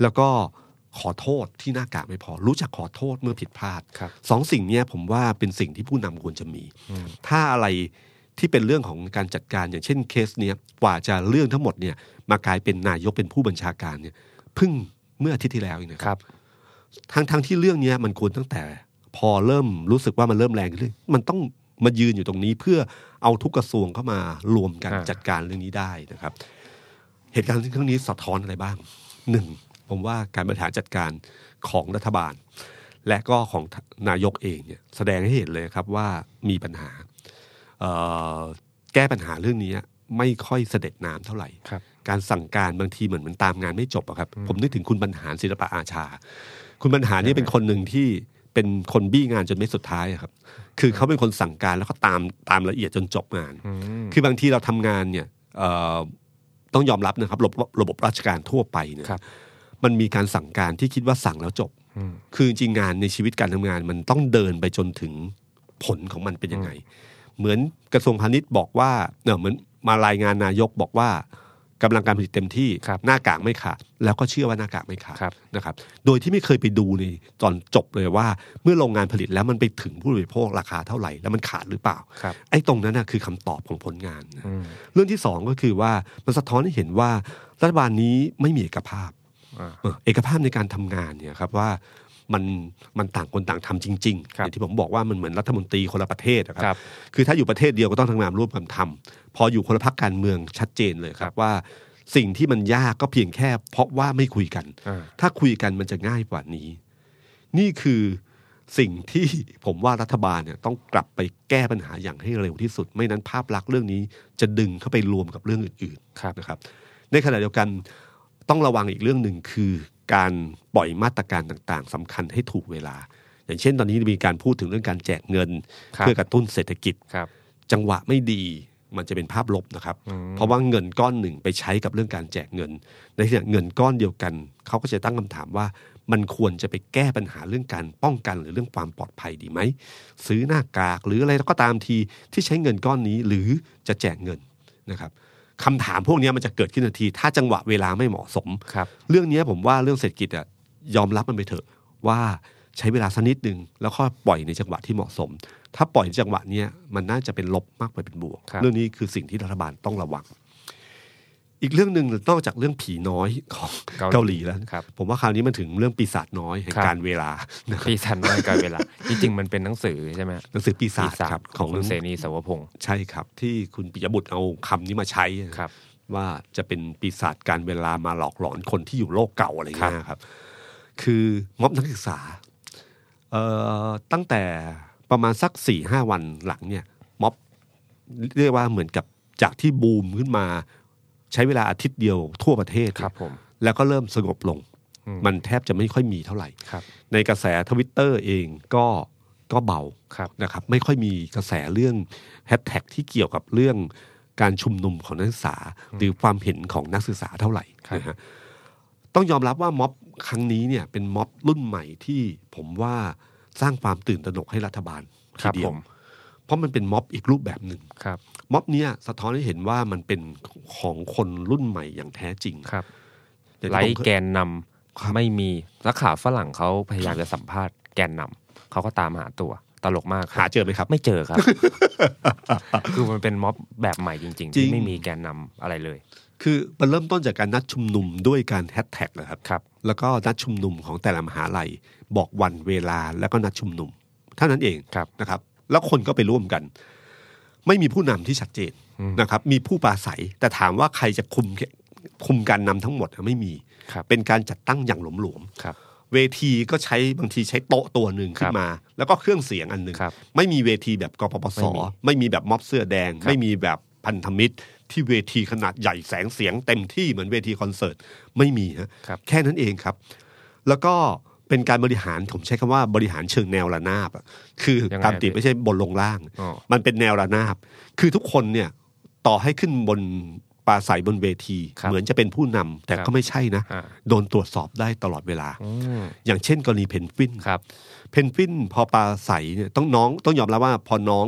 B: แล้วก็ขอโทษที่หน้ากากไม่พอ รู้จักขอโทษเมื่อผิดพลาด
C: ครับ
B: สองสิ่งเนี้ยผมว่าเป็นสิ่งที่ผู้นำควรจะมี ถ้าอะไรที่เป็นเรื่องของการจัดการอย่างเช่นเคสเนี้ยกว่าจะเรื่องทั้งหมดเนี่ยมากลายเป็นนายกเป็นผู้บัญชาการเนี่ยเพิ่งเมื่ออาทิตย์ที่แล้วเองนะครับ
C: ครับ
B: ทั้งทั้งที่เรื่องเนี้ยมันควรตั้งแต่ พอเริ่มรู้สึกว่ามันเริ่มแรงขึ้นเรื่อยมันต้องมายืนอยู่ตรงนี้เพื่อเอาทุกกระทรวงเข้ามารวมกัน
C: อ่า
B: จัดการเรื่องนี้ได้นะครับ เหตุการณ์ครั้งนี้สะท้อนอะไรบ้างหนึ่งผมว่าการบริหารจัดการของรัฐบาล และก็ของนายกเองเนี่ยแสดงให้เห็นเลยครับว่ามีปัญหาเอ่อแก้ปัญหาเรื่องนี้ไม่ค่อยเสด็จน้ำเท่าไหร่
C: ครับ
B: การสั่งการบางทีเหมือนมันตามงานไม่จบอะครับ ผมนึกถึงคุณบรรหารศิลปะอาชา คุณบรรหารเนี่ยเป็นคนหนึ่งที่เป็นคนบี้งานจนไม่สุดท้ายอะครับ คือเขาเป็นคนสั่งการแล้วก็ตามตามละเอียดจนจบงาน คือบางทีเราทำงานเนี่ยเอ่อต้องยอมรับนะครับ ระบบระบบราชการทั่วไปเนี่ย
C: ครับ
B: มันมีการสั่งการที่คิดว่าสั่งแล้วจบ คือจริงๆงานในชีวิตการทำงานมันต้องเดินไปจนถึงผลของมันเป็นยังไง เหมือนกระทรวงพาณิชย์บอกว่าเนอะเหมือนมารายงานนายกบอกว่ากำลังการผลิตเต็มที่
C: ครับ
B: หน้ากากไม่ขาดแล้วก็เชื่อว่าหน้ากากไม่ขาด
C: ครับ
B: นะครับ โดยที่ไม่เคยไปดูในตอนจบเลยว่า เมื่อโรงงานผลิตแล้วมันไปถึงผู้บริโภคราคาเท่าไหร่แล้วมันขาดหรือเปล่า
C: ครับ
B: ไอ้ตรงนั้นนะคือคำตอบของผลงานนะ
C: อืม
B: เรื่องที่สองก็คือว่ามันสะท้อนให้เห็นว่ารัฐบาลนี้ไม่มีเอกภาพ
C: อ่า
B: เออเอกภาพในการทำงานเนี่ยครับว่ามันมันต่างคนต่างทำจริงๆ
C: ครับ
B: อย่างที่ผมบอกว่ามันเหมือนรัฐมนตรีคนละประเทศอะค
C: ครั
B: รับ คือถ้าอยู่ประเทศเดียวก็ต้องทำงานร่วมกันทำพออยู่คนละพักการเมืองชัดเจนเลยครับว่าสิ่งที่มันยากก็เพียงแค่ เพราะว่าไม่คุยกัน
C: อ่า
B: ถ้าคุยกันมันจะง่ายกว่านี้ นี่คือสิ่งที่ ผมว่ารัฐบาลเนี่ยต้องกลับไปแก้ปัญหาอย่างให้เร็วที่สุด ไม่นั้นภาพลักษณ์เรื่องนี้จะดึงเข้าไปรวมกับเรื่องอื่น
C: ครับ
B: ๆนะครับ ในขณะเดียวกันต้องระวังอีกเรื่องหนึ่งคือการปล่อยมาตรการต่างๆสำคัญให้ถูกเวลา อย่างเช่นตอนนี้มีการพูดถึงเรื่องการแจกเงิน
C: ครับ
B: เพื่อกระตุ้นเศรษฐกิจ
C: ครับ
B: จังหวะไม่ดีมันจะเป็นภาพลบนะครับ เพราะว่าเงินก้อนหนึ่งไปใช้กับเรื่องการแจกเงิน ในขณะเงินก้อนเดียวกัน เขาก็จะตั้งคำถามว่า มันควรจะไปแก้ปัญหาเรื่องการป้องกันหรือเรื่องความปลอดภัยดีไหม ซื้อหน้ากากหรืออะไรก็ตามทีที่ใช้เงินก้อนนี้หรือจะแจกเงินนะครับคำถามพวกเนี้ยมันจะเกิดขึ้นทันที ถ้าจังหวะเวลาไม่เหมาะสม
C: ครับ
B: เรื่องเนี้ยผมว่าเรื่องเศรษฐกิจอะยอมรับมันไปเถอะว่าใช้เวลาสักนิดหนึ่งแล้วค่อยปล่อยในจังหวะที่เหมาะสม ถ้าปล่อยในจังหวะเนี้ยมันน่าจะเป็นลบมากกว่าเป็นบวก
C: ครับ
B: เรื่องนี้คือสิ่งที่รัฐบาลต้องระวัง อีกเรื่องหนึ่งนอกจากเรื่องผีน้อยของเกาหลีแล้ว
C: ครับ
B: ผมว่าคราวนี้มันถึงเรื่องปีศาจน้อยแห่ง
C: ครับ
B: การเวลานะครับ
C: ปีสันน้อยกับเวลา จริงๆมันเป็นหนังสือใช่ไหม
B: หนังสือปีศาจ
C: ปีศาจ
B: ครับ
C: ข
B: ข
C: อ
B: อง ง
C: คุณเสนีสาวพงศ์
B: ใช่ครับ ที่คุณปิยบุตรเอาคำนี้มาใช้นะ
C: ครับ
B: ว่าจะเป็นปีศาจการเวลามาหลอกหลอนคนที่อยู่โลกเก่าอะไรเงี้ยครับ คือม็อบนักศึกษาเอ่อตั้งแต่ประมาณสักสี่ห้าวันหลังเนี่ยม็อบเรียกว่าเหมือนกับจากที่บูมขึ้นมาใช้เวลาอาทิตย์เดียวทั่วประเทศ
C: ครับผม
B: แล้วก็เริ่มสงบลง
C: อืม
B: มันแทบจะไม่ค่อยมีเท่าไหร่
C: ครับ
B: ในกระแสทวิตเตอร์เองก็ก็เบา
C: ครับ
B: นะครับไม่ค่อยมีกระแสเรื่องแฮชแท็กที่เกี่ยวกับเรื่องการชุมนุมของนักศึกษา หรือความเห็นของนักศึกษาเท่าไหร่
C: ครับ
B: นะฮะต้องยอมรับว่าม็อบครั้งนี้เนี่ยเป็นม็อบรุ่นใหม่ที่ผมว่าสร้างความตื่นตระหนกให้รัฐบาลที
C: ครับ
B: เดี
C: ผ
B: ยว
C: ม
B: เพราะมันเป็นม็อบอีกรูปแบบหนึ่ง
C: ครับ
B: ม็อบเนี่ยสะท้อนให้เห็นว่ามันเป็นของคนรุ่นใหม่อย่างแท้จริง
C: ครับ
B: อย่าง
C: ไร้
B: ที่ผมเคย
C: แกนนำ
B: ครับ
C: ไม่มีนักข่าวฝรั่งเขาพยายามจะสัมภาษณ์แกนนำเขาก็ตามหาตัวตลกมาก
B: หาเจอไหมครับ
C: ไม่เจอครับ [LAUGHS] คือมันเป็นม็อบแบบใหม่จริงๆ
B: จริง
C: ที่ไม่มีแกนนำอะไรเลย
B: คือมันเริ่มต้นจากการนัดชุมนุมด้วยการแฮชแท็กนะครับ
C: ครับ
B: แล้วก็นัดชุมนุมของแต่ละมหาลัย บอกวันเวลาแล้วก็นัดชุมนุม เท่านั้นเอง
C: ครับ
B: นะครับ แล้วคนก็ไปร่วมกัน ไม่มีผู้นำที่ชัดเจนนะครับ มีผู้ปราศัย แต่ถามว่าใครจะคุมคุมการนำทั้งหมดอะไม่มี
C: ครับ
B: เป็นการจัดตั้งอย่างหลวม
C: ครับ
B: ๆเวทีก็ใช้บางทีใช้โต๊ะตัวหนึ่งขึ้นมา แล้วก็เครื่องเสียงอันหนึ่ง
C: ครับ
B: ไม่มีเวทีแบบกปปส
C: ไม่มี
B: ไม่มีแบบม็อบเสื้อแดง
C: ครับ
B: ไม่มีแบบพันธมิตร ที่เวทีขนาดใหญ่แสงเสียงเต็มที่เหมือนเวทีคอนเสิร์ตไม่มีฮะ
C: ครับ
B: แค่นั้นเองครับ แล้วก็ เป็นการบริหารผมใช้คำว่าบริหารเชิงแนวระนาบอะคือ
C: ยังไง
B: ตามติ
C: พี่
B: ไม่ใช่บนลงล่าง
C: อ๋อ
B: มันเป็นแนวระนาบ คือทุกคนเนี่ยต่อให้ขึ้นบนปราศัยบนเวที
C: ครับ
B: เหมือนจะเป็นผู้นำแต่
C: ครับ
B: ก็ไม่ใช่นะ
C: อ่า
B: โดนตรวจสอบได้ตลอดเวลา
C: อืม
B: อย่างเช่นกรณีเพนกวิน
C: ครับ
B: เพนกวินพอปลาใสเนี่ยต้องน้องต้องยอมรับว่าพอน้อง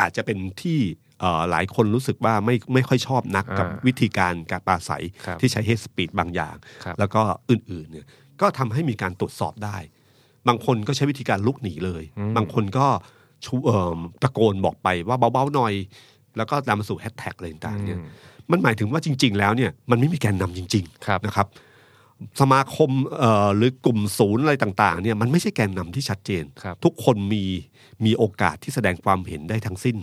B: อาจจะเป็นที่เอ่อหลายคนรู้สึกว่าไม่ไม่ค่อยชอบนัก
C: อ่ากั
B: กับวิธีการการปลาใส
C: ครับ
B: ที่ใช้เฮสปีดบางอย่าง
C: ครับ
B: แล้วก็อื่นๆเนี่ยก็ทำให้มีการตรวจสอบได้ บางคนก็ใช้วิธีการลุกหนีเลย บางคนก็ชูเอ่มตะโกนบอกไปว่าเบาๆหน่อย แล้วก็นำมาสู่แฮชแท็กอะไรต่างๆเนี่ยมันหมายถึงว่าจริง ๆ แล้วเนี่ยมันไม่มีแกนนำจริง ๆ
C: ครับ
B: นะครับสมาคมเอ่อหรือกลุ่มศูนย์อะไรต่างๆเนี่ยมันไม่ใช่แกนนำที่ชัดเจน
C: ครับ
B: ทุกคนมีมีโอกาสที่แสดงความเห็นได้ทั้งสิ้น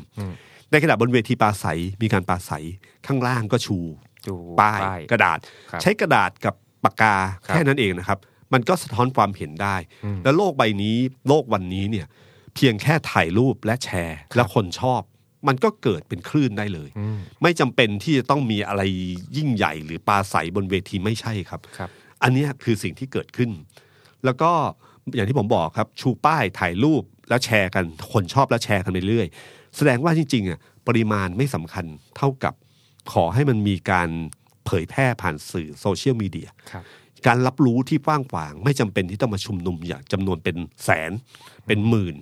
B: ในขณะบนเวทีปราศัยมีการปราศัยข้างล่างก็ชู
C: ชู
B: ป้าย
C: ป้าย
B: กระดาษ
C: ครับ
B: ใช้กระดาษกับปากกา
C: ครับ
B: แค่นั้นเองนะครับ มันก็สะท้อนความเห็นได้ และโลกใบนี้โลกวันนี้เนี่ยเพียงแค่ถ่ายรูปและแชร์ และคนชอบ มันก็เกิดเป็นคลื่นได้เลย
C: อืม
B: ไม่จำเป็นที่จะต้องมีอะไรยิ่งใหญ่หรือปราศัยบนเวทีไม่ใช่ครับ
C: ครับ
B: อันเนี้ยคือสิ่งที่เกิดขึ้น แล้วก็อย่างที่ผมบอกครับ ชูป้ายถ่ายรูปแล้วแชร์กันคนชอบแล้วแชร์กันไปเรื่อยแสดงว่าจริงๆอ่ะปริมาณไม่สำคัญเท่ากับขอให้มันมีการเผยแพร่ผ่านสื่อโซเชียลมีเดีย
C: ครับ
B: การรับรู้ที่กว้างขวาง ไม่จำเป็นที่ต้องมาชุมนุมอย่างจำนวนเป็นแสนเป็นหมื่น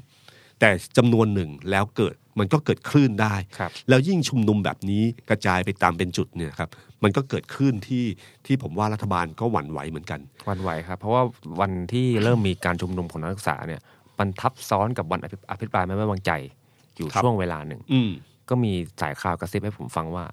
B: แต่จำนวนหนึ่งแล้วเกิดมันก็เกิดคลื่นได้
C: ครับ
B: แล้วยิ่งชุมนุมแบบนี้กระจายไปตามเป็นจุดเนี่ยครับมันก็เกิดคลื่นที่ที่ผมว่ารัฐบาลก็หวั่นไหวเหมือนกัน
C: หวันไหวครับ เพราะว่าวันที่เริ่มมีการชุมนุมของนักศึกษาเนี่ยมันทับซ้อนกับวันอภิอภิปรายไม่ไว้วางใจอยู่
B: ครับ
C: ช่วงเวลาหนึ่ง
B: อืม
C: ก็มีสายข่าวกระซิบให้ผมฟังว่า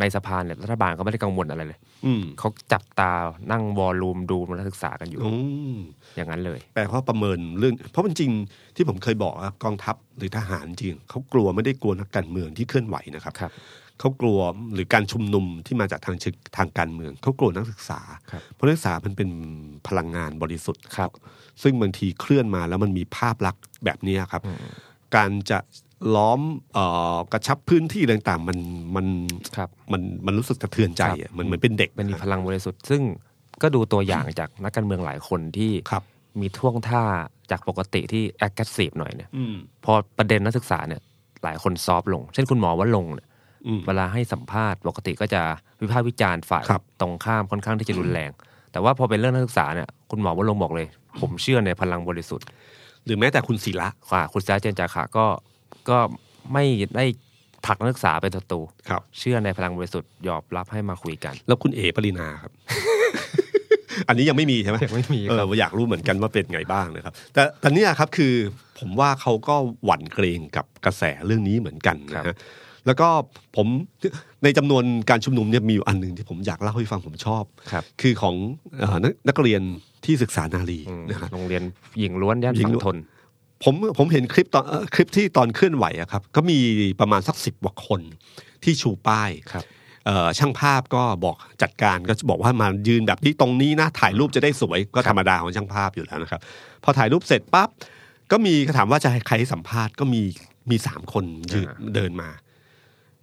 C: ในสภาเนี่ยรัฐบาลก็ไม่ได้กังวลอะไรเลย
B: อืม
C: เขาจับตานั่งวอลลุ่มดูนักศึกษากันอยู่
B: อืม
C: อย่างนั้นเลย
B: แปลว่าประเมินเรื่อง เพราะมันจริงที่ผมเคยบอกนะครับกองทัพหรือทหารจริงเขากลัวไม่ได้กลัวนักการเมืองที่เคลื่อนไหวนะครับ
C: ครับ
B: เขากลัวหรือการชุมนุมที่มาจากทางเชิงทางการเมืองเขากลัวนักศึกษา
C: ครับ
B: เพราะนักศึกษามันเป็นพลังงานบริสุทธิ์
C: ครับ
B: ซึ่งบางทีเคลื่อนมาแล้วมันมีภาพลักษณ์แบบเนี้ยครับ การจะล้อมเอ่อกระชับพื้นที่ต่างๆ มันมัน
C: ครับ
B: มันมันรู้สึกสะเทือนใจอะมันเหมือนเป็นเด็ก
C: มันมีพลังบริสุทธิ์ซึ่งก็ดูตัว [COUGHS] อย่างจากนักการเมืองหลายคนที่
B: ครับ
C: มีท่วงท่าจากปกติที่แอคทีฟหน่อยเนี่ย
B: อืม
C: พอประเด็นนักศึกษาเนี่ยหลายคนซอฟต์ลง เช่นคุณหมอว่าลงค์เนี่ย
B: อืม
C: เวลาให้สัมภาษณ์ ปกติก็จะวิพากษ์วิจารณ์ฝ่าย
B: ครับ
C: ตรงข้ามค่อนข้างที่จะรุนแรง แต่ว่าพอเป็นเรื่องนักศึกษาเนี่ยคุณหมอว่าลงค์บอกเลย ผมเชื่อในพลังบริสุทธิ์
B: หรือแม้แต่คุณศิระ
C: ค่ะคุณจ้าเจนจาขาก็ก็ไม่ได้ผลักนักศึกษาเป็นศัตรู
B: ครับ
C: เชื่อในพลังบริสุทธิ์ยอมรับให้มาคุยกัน
B: แล้วคุณเอปรินาครับ [LAUGHS] อันนี้ยังไม่มีใช่ไหม
C: ยังไม่มีครับ
B: เอออยากรู้เหมือนกันว่าเป็นไงบ้างนะครับ แต่แต่เนี่ยครับคือผมว่าเขาก็หวั่นเกรงกับกระแสเรื่องนี้เหมือนกันนะฮะแล้วก็ผมในจำนวนการชุมนุมเนี่ยมีอยู่อันหนึ่งที่ผมอยากเล่าให้ฟังผมชอบ
C: ครับ
B: คือของเออนกนักเรียนที่ศึกษานารี
C: อืม
B: นะครับ
C: โรงเรียนหญิงล้วนย่าน
B: หญิง
C: ฝั่
B: ล้
C: ง
B: วน
C: ทน
B: ผมผมเห็นคลิปตอนเอ่อคลิปที่ตอนเคลื่อนไหวอะครับ ก็มีประมาณสักสิบกว่าคนที่ชูป้าย
C: ครับ
B: เอ่อช่างภาพก็บอกจัดการก็บอกว่ามายืนแบบนี้ตรงนี้นะถ่ายรูปจะได้สวยก็ธรรมดาของช่างภาพอยู่แล้วนะครับ พอถ่ายรูปเสร็จปั๊บก็มีก็ถามว่าจะให้ใครสัมภาษณ์ก็มีมีสามคนยืนเดินมา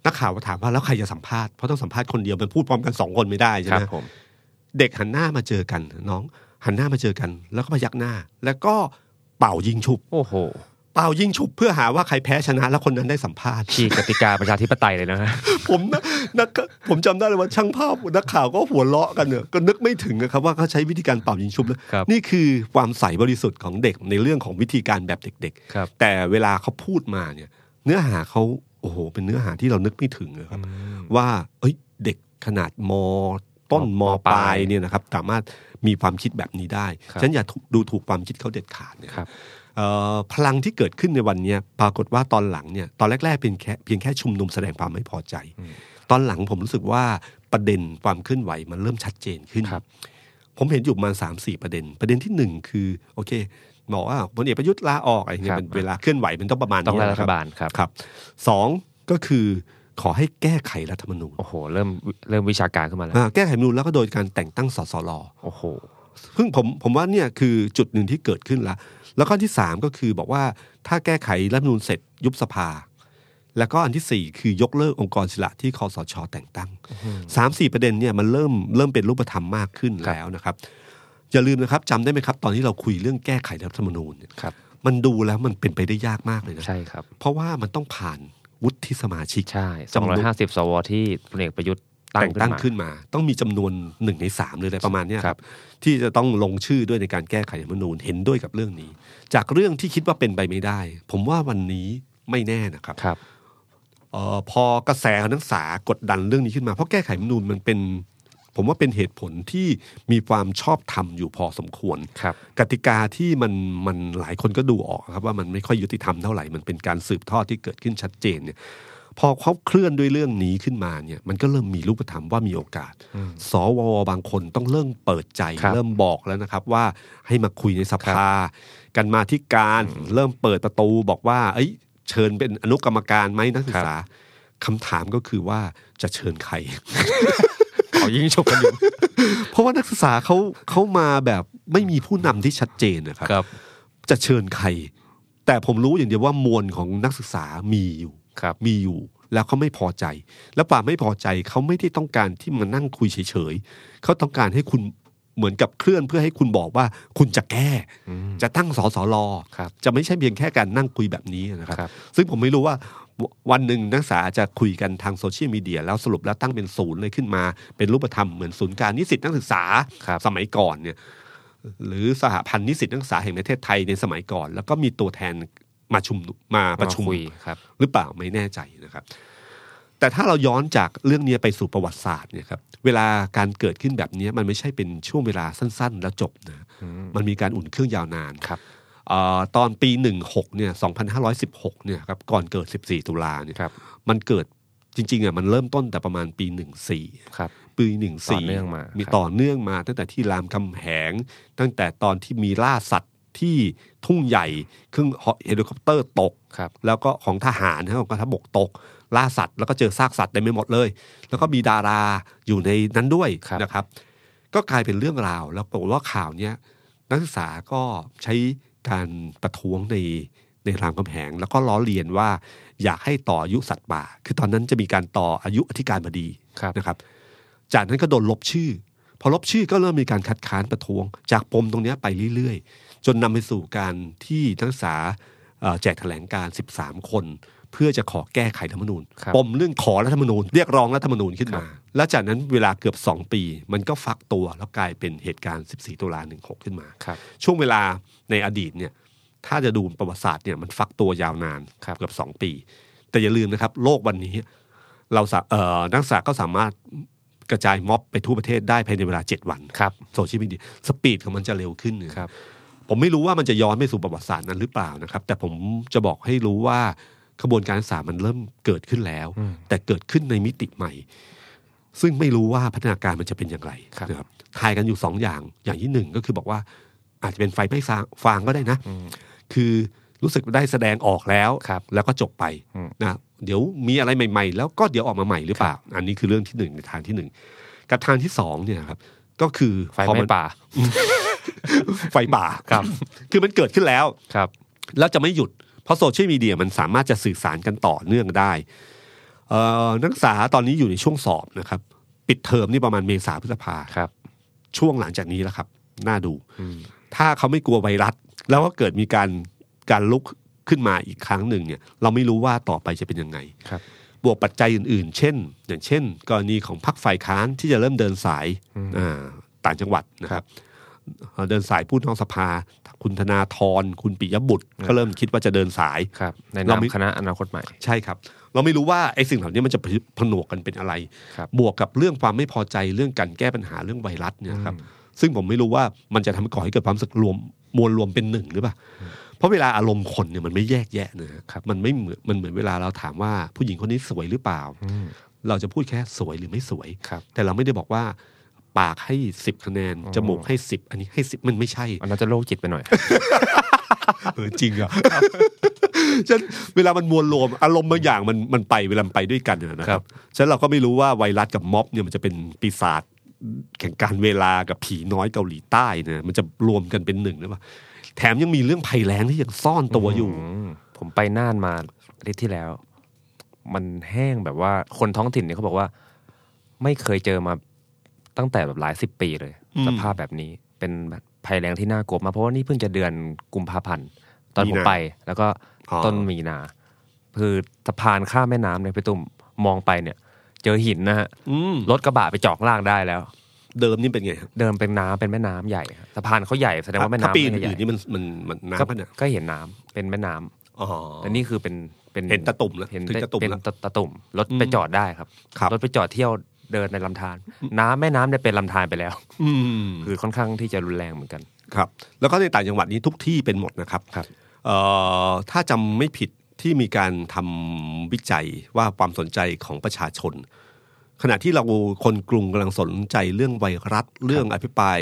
B: นักข่าวก็ถามว่าแล้วใครจะสัมภาษณ์เพราะต้องสัมภาษณ์คนเดียวมันพูดพร้อมกันสองคนไม่ได้ใช่
C: ค
B: ไห
C: รับ
B: ม
C: ผม
B: เด็กหันหน้ามาเจอกันน้อง หันหน้ามาเจอกัน แล้วก็พยักหน้า แล้วก็เป่ายิงฉุบ
C: โอ้โห
B: เป่ายิงฉุบเพื่อหาว่าใครแพ้ชนะแล้วคนนั้นได้สัมภาษณ์ [LAUGHS]
C: ฉีกกติกาประชาธิปไตยเลยนะฮะ [LAUGHS]
B: ผมนะนักผมจำได้เลยว่าช่างภาพนักข่าวก็หัวเราะกันเนี่ยก็นึกไม่ถึงนะครับว่าเขาใช้วิธีการเป่ายิงฉุบนะครับ นี่คือความใสบริสุทธิ์ของเด็กในเรื่องของวิธีการแบบเด็ก ๆ
C: ครับ
B: แต่เวลาเขาพูดมาเนี่ย เนื้อหาเขาโอ้โห เป็นเนื้อหาที่เรานึกไม่ถึงนะครับ ว่า เอ้ย เด็กขนาดมต้นม
C: ม
B: ป
C: ป
B: ลา
C: ลาย ย
B: เนี่ยนะครับ สามารถมีความคิดแบบนี้ได้
C: ครับ
B: ฉะนันอย่าดูถูกความคิดเขาเด็ดขาดนะค
C: ครับ รับ
B: เอ่อพลังที่เกิดขึ้นในวันเนี้ยปรากฏว่าตอนหลังเนี่ยตอนแรกๆเป็นแค่เพียงแค่ชุมนุมแสดงความไม่พอใจ ตอนหลังผมรู้สึกว่าประเด็นความเคลื่อนไหวมันเริ่มชัดเจนขึ้น
C: ครับ
B: ผมเห็นอยู่ประมาณสามสี่ประเด็น ประเด็นที่หนึ่งคือ โอเคบอกว่าพลเอกประยุทธ์ลาออกอะไรเงี้
C: ค
B: ย
C: รับ
B: เป็นเวลาเคลื่อนไหวมันต้องประมาณ
C: ต้อง
B: นี้
C: ได้
B: นะ
C: รัฐบาลครับ
B: ครับสองก็คือขอให้แก้ไขรัฐธรรมนูญ
C: โอ้โห เริ่มเริ่มวิชาการขึ้นมาแล้ว
B: อ่าแก้ไขรัฐธรรมนูญแล้วก็โดยการแต่งตั้งสสร
C: โอ้โห
B: ซึ่งผมผมว่าเนี่ยคือจุดหนึ่งที่เกิดขึ้นละแล้วก็ที่สามก็คือบอกว่าถ้าแก้ไขรัฐธรรมนูญเสร็จยุบสภา แล้วก็อันที่สี่คือยกเลิกองค์กรศิละที่คอสช แต่งตั้งสามสี่ประเด็นเนี่ยมันเริ่มเริ่มเป็นรูปธรรมมากขึ้น
C: ครับ
B: แล้วนะครับ อย่าลืมนะครับจำได้ไหมครับ ตอนที่เราคุยเรื่องแก้ไขรัฐธรรมนูญเนี่ย
C: ครับ
B: มันดูแล้วมันเป็นไปได้ยากมากเลยนะ
C: ใช่ครับ
B: เพราะว่ามันต้องผ่านวุฒิสมาชิก
C: ใช่
B: จำนวน
C: 250 สว ที่พลเอกประยุทธ์ตั้
B: แต่
C: ง
B: ง
C: ขึ้
B: ตั้
C: น
B: ง
C: มา
B: ขึ้นมา ต้องมีจำนวนหนึ่งในสามหรืออะไรประมาณเนี้ย
C: ค
B: ค
C: รั
B: รับ บ ที่จะต้องลงชื่อด้วยในการแก้ไขรัฐธรรมนูญเห็นด้วยกับเรื่องนี้ จากเรื่องที่คิดว่าเป็นไปไม่ได้ ผมว่าวันนี้ไม่แน่นะครับ
C: ครับ
B: เออพอกระแสของนักศึกษากดดันเรื่องนี้ขึ้นมา เพราะแก้ไขรัฐธรรมนูญมันเป็น ผมว่าเป็นเหตุผลที่มีความชอบธรรมอยู่พอสมควร
C: ครับ
B: กติกาที่มันมันหลายคนก็ดูออกครับว่ามันไม่ค่อยยุติธรรมเท่าไหร่มันเป็นการสืบทอดที่เกิดขึ้นชัดเจนเนี่ยพอเขาเคลื่อนด้วยเรื่องนี้ขึ้นมาเนี่ยมันก็เริ่มมีรูปธรรมว่ามีโอกาส สวบางคนต้องเริ่มเปิดใจ
C: ครับ
B: เริ่มบอกแล้วนะครับว่าให้มาคุยในสภา กันมาที่การเริ่มเปิดประตูบอกว่า เอ้ย เชิญเป็นอนุกรรมการไหมนักศึก
C: ครับ
B: ษาคำถามก็คือว่าจะเชิญใคร
C: [LAUGHS] เขายิ่งชกกันอยู่
B: [LAUGHS] เพราะว่านักศึกษาเขาเขามาแบบไม่มีผู้นำที่ชัดเจนนะครับ
C: ครับ
B: จะเชิญใคร แต่ผมรู้อย่างเดียวว่ามวลของนักศึกษามีอยู่
C: ครับ
B: มีอยู่แล้วเขาไม่พอใจ และความไม่พอใจเขาไม่ได้ต้องการที่มานั่งคุยเฉยๆเขาต้องการให้คุณเหมือนกับเคลื่อนเพื่อให้คุณบอกว่าคุณจะแก้ จะตั้งสสร
C: ครับ
B: จะไม่ใช่เพียงแค่การนั่งคุยแบบนี้นะครับ
C: ครับ
B: ซึ่งผมไม่รู้ว่าวันวันหนึ่งนักศึกษาจะคุยกันทางโซเชียลมีเดียแล้วสรุปแล้วตั้งเป็นศูนย์เลยขึ้นมา เป็นรูปธรรมเหมือนศูนย์การนิสิตนักศึกษา
C: ครับ
B: สมัยก่อนเนี่ยหรือสหพันธ์นิสิตนักศึกษาแห่งประเทศไทยในสมัยก่อน แล้วก็มีตัวแทนมาชุมนุมมาประชุม
C: มาคุยครับ
B: หรือเปล่าไม่แน่ใจนะครับ แต่ถ้าเราย้อนจากเรื่องเนี้ยไปสู่ประวัติศาสตร์เนี่ยครับเวลาการเกิดขึ้นแบบเนี้ยมันไม่ใช่เป็นช่วงเวลาสั้น ๆ แล้วจบนะมันมีการอุ่นเครื่องยาวนาน
C: ครับ
B: เออตอนปี 16เนี่ย2516เนี่ยครับก่อนเกิด 14 ตุลาเนี่ย
C: ครับ
B: มันเกิดจริงๆอ่ะมันเริ่มต้นแต่ประมาณปี 14
C: ครับ
B: ปีหนึ่ง
C: ต่
B: สี่
C: อเนื่องมามีครับ
B: ต่อเนื่องมา ตั้งแต่ที่รามคำแหง ตั้งแต่ตอนที่มีล่าสัตว์ที่ทุ่งใหญ่เครื่องเฮลิคอปเตอร์ตก
C: ครับ
B: แล้วก็ของทหารนะครับของกองทัพบกตก ล่าสัตว์แล้วก็เจอซากสัตว์เต็ไมไปหมดเลย แล้วก็มีดาราอยู่ในนั้นด้วย
C: ครับ
B: นะครับ ก็กลายเป็นเรื่องราว แล้วปรากฏว่าข่าวเนี้ยนักศึกษาก็ใช้การประท้วงในในรามคำแหง แล้วก็ล้อเลียนว่าอยากให้ต่ออายุสัตว์ป่า คือตอนนั้นจะมีการต่ออายุอธิการบดี
C: ครับ
B: นะครับจากนั้นก็โดนลบชื่อ พอลบชื่อก็เริ่มมีการคัดค้านประท้วง จากปมตรงเนี้ยไปเรื่อยๆ จนนำไปสู่การที่นักศึกษาเอ่อแจกแถลงการ 13 คน เพื่อจะขอแก้ไขรัฐธรรมนูญ
C: ครับ
B: ปมเรื่องขอรัฐธรรมนูญ เรียกร้องรัฐธรรมนูญขึ้นมา และจากนั้นเวลาเกือบ 2 ปี มันก็ฟักตัวแล้วกลายเป็นเหตุการณ์ 14 ตุลา16 ขึ้นมา
C: ครับ
B: ช่วงเวลาในอดีตเนี่ยถ้าจะดูประวัติศาสตร์เนี่ยมันฟักตัวยาวนาน
C: ครับ
B: เกือบ 2 ปี แต่อย่าลืมนะครับ โลกวันนี้ เราสาเอ่อนักศึกษาก็สามารถกระจายม็อบไปทั่วประเทศได้ภายในเวลา 7 วัน
C: ครับ
B: โซเชียลมีเดียสปีดของมันจะเร็วขึ้นเนี่ย
C: ครับ
B: ผมไม่รู้ว่ามันจะย้อนไปสู่ประวัติศาสตร์นั้นหรือเปล่านะครับ แต่ผมจะบอกให้รู้ว่าขบวนการศึกษามันเริ่มเกิดขึ้นแล้ว แต่เกิดขึ้นในมิติใหม่ ซึ่งไม่รู้ว่าพัฒนาการมันจะเป็นอย่างไร
C: ครับ
B: นะครับทายกันอยู่สองอย่างอย่างที่หนึ่งก็คือบอกว่าอาจจะเป็นไฟไหม่ฟางก็ได้นะ คือรู้สึกได้แสดงออกแล้ว
C: ครับ
B: แล้วก็จบไป
C: อืม
B: นะเดี๋ยวมีอะไรใหม่ ๆ แล้วก็เดี๋ยวออกมาใหม่หรือเปล่า อันนี้คือเรื่องที่หนึ่งในทางที่หนึ่งกับทางที่สองเนี่ยครับ ก็คือ
C: ไฟ
B: พอ
C: ไหม้
B: น
C: ป่า
B: [LAUGHS] ไฟป่าครับ คือมันเกิดขึ้นแล้ว
C: ครับ
B: แล้วจะไม่หยุด เพราะโซเชียลมีเดียมันสามารถจะสื่อสารกันต่อเนื่องได้เอ่อนักศึกษาตอนนี้อยู่ในช่วงสอบนะครับ ปิดเทอมนี่ประมาณเมษาพฤษภา
C: ครับ
B: ช่วงหลังจากนี้แล้วครับ น่าดู ถ้าเขาไม่กลัวไวรัส แล้วก็เกิดมีการการลุกขึ้นมาอีกครั้งหนึ่งเนี่ย เราไม่รู้ว่าต่อไปจะเป็นยังไง
C: ครับ
B: บวกปัจจัยอื่นๆ เช่น อย่างเช่น กรณีของพรรคฝ่ายค้านที่จะเริ่มเดินสายอ่าต่างจังหวัดนะครับเอ่อเดินสายพูดนอกสภา คุณธนาธรคุณปิยบุตร ก็เริ่มคิดว่าจะเดินสาย
C: ครับ ใน
B: เรา
C: นาม
B: ไม่
C: คณะอนาคตใหม่
B: ใช่ครับ เราไม่รู้ว่าไอ้สิ่งเหล่านี้มันจะผนวกกันเป็นอะไร
C: ครับ
B: บวกกับเรื่องความไม่พอใจเรื่องการแก้ปัญหาเรื่องไวรัสเนี่ยครับ ซึ่งผมไม่รู้ว่ามันจะทำให้ก่อให้เกิดความรู้สึกรวมมวลรวมเป็นหนึ่งหรือเปล่า เพราะเวลาอารมณ์คนเนี่ยมันไม่แยกแยะนะฮะ
C: ครับ
B: มันไม่เหมือนมันเหมือนเวลาเราถามว่าผู้หญิงคนนี้สวยหรือเปล่า เราจะพูดแค่สวยหรือไม่สวย
C: ครับ
B: แต่เราไม่ได้บอกว่า ปากให้สิบคะแนนจมูกให้สิบอันนี้ให้สิบมันไม่ใช่
C: อันนั้นจะโรคจิตไปหน่อย
B: เออจริงอ่ะ [LAUGHS] ฉะนันเวลามันมวลรวมอารมณ์บางอย่างมันมันไปเวลามันไปด้วยกันอะนะ
C: ค
B: ค
C: รั
B: รับ บฉะนันเราก็ไม่รู้ว่าไวรัสกับม็อบเนี่ยมันจะเป็นปีศาจแข่งการเวลากับผีน้อยเกาหลีใต้เนี่ยมันจะรวมกันเป็นหนึ่งหรือเปล่าแถมยังมีเรื่องภัยแล้งที่ยังซ่อนตัวอยู่
C: อืมผมไปน่านมาอาทิตย์ที่แล้ว มันแห้งแบบว่าคนท้องถิ่นเนี่ยเขาบอกว่า ไม่เคยเจอมาตั้งแต่แบบหลายสิบปีเลย สภาพแบบนี้ เป็นแบบภัยแรงที่น่ากลัวมากเพราะว่านี่เพิ่งจะเดือนกุมภาพันธ์ ตอนผม
B: มีนา
C: ไป แล้วก็
B: อ๋อ
C: ต้นมีนา คือสะพานข้ามแม่น้ำเนี่ยพี่ตุ้มมองไปเนี่ย เจอหินนะฮะ
B: อืม
C: รถกระบะไปจอกลากได้แล้ว
B: เดิมนี่เป็นไงครับ
C: เดินเป็นน้ำเป็นแม่น้ำใหญ่ครับสะพานเขาใหญ่แสดงว่าแม่
B: ถ้า
C: น้ำ
B: ปี
C: ไม่ได้ใหญ่
B: อื่นๆนี่มันมันมันน้ำ
C: ก็
B: ปะเนี่ย
C: ก็เห็นน้ำเป็นแม่น้ำ
B: อ๋อ
C: แต่นี่คือเป็นเป็น
B: เห็นตะตุ่มแล้ว
C: เห็น
B: ถึงตะตุ่ม
C: เป็น
B: แล้ว
C: ตะตุ่มรถไปจอดได้ครับ
B: ครับ
C: รถไปจอดเที่ยวเดินในลำธารน้ำแม่น้ำเนี่ยเป็นลำธารไปแล้ว
B: อืม
C: คือค่อนข้างที่จะรุนแรงเหมือนกัน
B: ครับแล้วก็ในต่างจังหวัดนี้ทุกที่เป็นหมดนะครับ
C: ครับ
B: เอ่อถ้าจำไม่ผิดที่มีการทำวิจัยว่าความสนใจของประชาชน ขณะที่เราคนกรุงกำลังสนใจเรื่องไวรัสเรื่องอภิปราย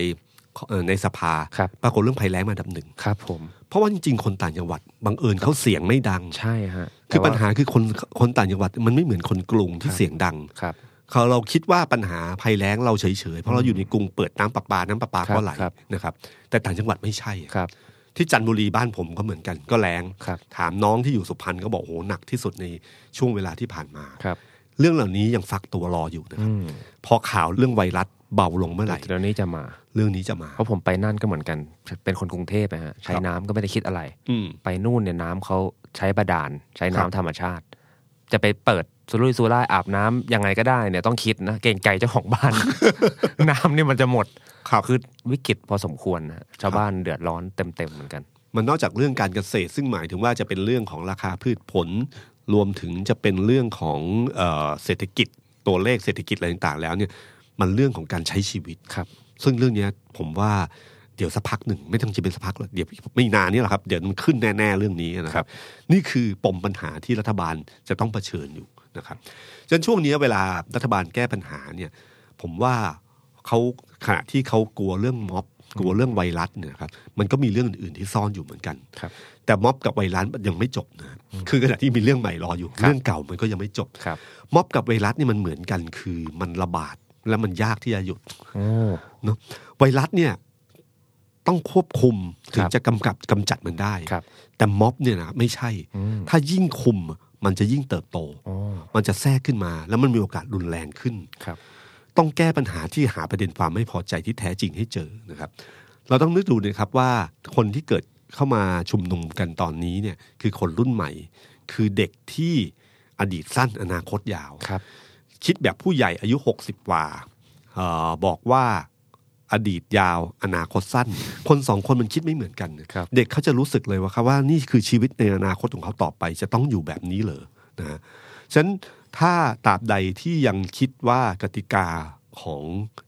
B: เอ่อในสภา
C: ครับ
B: ปรากฏเรื่องภัยแล้งมาอันดับหนึ่ง
C: ครับผม
B: เพราะว่าจริงๆคนต่างจังหวัดบังเอิญเขาเสียงไม่ดัง
C: ใช่ฮะ
B: คือปัญ
C: แต่ว่
B: หาคือคนคนต่างจังหวัดมันไม่เหมือนคนกรุงที่เสียงดัง
C: ครับ
B: เขาเราคิดว่าปัญหาภัยแล้งเราเฉยๆ เพราะเราอยู่ในกรุงเปิดน้ำประปา น้ำประปาก็ไหลนะครับ แต่ต่างจังหวัดไม่ใช่อะ
C: ครับ
B: ที่จันทบุรีบ้านผมก็เหมือนกันก็แล้ง
C: ครับ
B: ถามน้องที่อยู่สุพรรณก็บอกโอ้โหหนักที่สุดในช่วงเวลาที่ผ่านมา
C: ครับ
B: เรื่องเหล่านี้ยังฟักตัวรออยู่นะครั
C: อื
B: บ
C: ม
B: พอข่าวเรื่องไวรัสเบาลงเมื่อไหร่
C: เดี๋ยวนี้จะมา
B: เรื่องนี้จะมา
C: เพราะผมไปนั่นก็เหมือนกัน เป็นคนกรุงเทพนะฮะใช้น้ำก็ไม่ได้คิดอะไร
B: อืม
C: ไปนู่นเนี่ยน้ำเขาใช้บาดาลใช้
B: ครั
C: น้ำ
B: บ
C: ธรรมชาติ จะไปเปิดสุรุ่ยสุร่ายอาบน้ำยังไงก็ได้เนี่ยต้องคิดนะเกรงใจเจ้าของบ้าน [LAUGHS] น้ำเนี่ยมันจะหมด
B: ครับ
C: คือวิกฤตพอสมควรนะฮะชาวบ้านเดือดร้อนเต็มๆเหมือนกัน
B: มันนอกจากเรื่องการเกษตรซึ่งหมายถึงว่าจะเป็นเรื่องของราคาพืชผล รวมถึงจะเป็นเรื่องของเอ่อเศรษฐกิจตัวเลขเศรษฐกิจอะไรต่างๆแล้วเนี่ยมันเรื่องของการใช้ชีวิต
C: ครับ
B: ซึ่งเรื่องเนี้ยผมว่าเดี๋ยวสักพักหนึ่งไม่ต้องจะเป็นสักพักหรอกเดี๋ยวไม่นานนี่แหละครับเดี๋ยวมันขึ้นแน่ๆเรื่องนี้นะครับ นี่คือปมปัญหาที่รัฐบาลจะต้องเผชิญอยู่นะครับฉะนั้นช่วงเนี้ยเวลารัฐบาลแก้ปัญหาเนี่ยผมว่าเขาขณะที่เขากลัวเรื่องม็อบกลัวเรื่องไวรัสเนี่ยนะครับมันก็มีเรื่องอื่นๆที่ซ่อนอยู่เหมือนกัน
C: ครับ
B: แต่ม็อบกับไวรัสมันยังไม่จบนะคือขณะที่มีเรื่องใหม่รออยู่
C: ครับ
B: เรื่องเก่ามันก็ยังไม่จบ
C: ครับ
B: ม็อบกับไวรัสนี่มันเหมือนกันคือมันระบาดและมันยากที่จะหยุด
C: โอ้
B: เนอะไวรัสเนี่ยต้องควบคุมถึ
C: ค
B: ง
C: รับ
B: จะกำกับกำจัดมันได้
C: ครับ
B: แต่ม็อบเนี่ยนะไม่ใช่
C: อืม
B: ถ้ายิ่งคุมมันจะยิ่งเติบโต
C: โอ้
B: มันจะแทรกขึ้นมา แล้วมันมีโอกาสรุนแรงขึ้น
C: ครับ
B: ต้องแก้ปัญหาที่หาประเด็นความไม่พอใจที่แท้จริงให้เจอนะครับ เราต้องนึกดูนะครับว่าคนที่เกิดเข้ามาชุมนุมกันตอนนี้เนี่ยคือคนรุ่นใหม่ คือเด็กที่อดีตสั้นอนาคตยาว
C: ครับ
B: คิดแบบผู้ใหญ่อายุ 60กว่าเออบอกว่าอดีตยาว อนาคตสั้น คนสองคนมันคิดไม่เหมือนกันนะครับเด็กเขาจะรู้สึกเลยว่าครับว่านี่คือชีวิตในอนาคตของเขาต่อไป จะต้องอยู่แบบนี้เหรอนะฮะฉะนั้นถ้าตราบใดที่ยังคิดว่ากติกาของ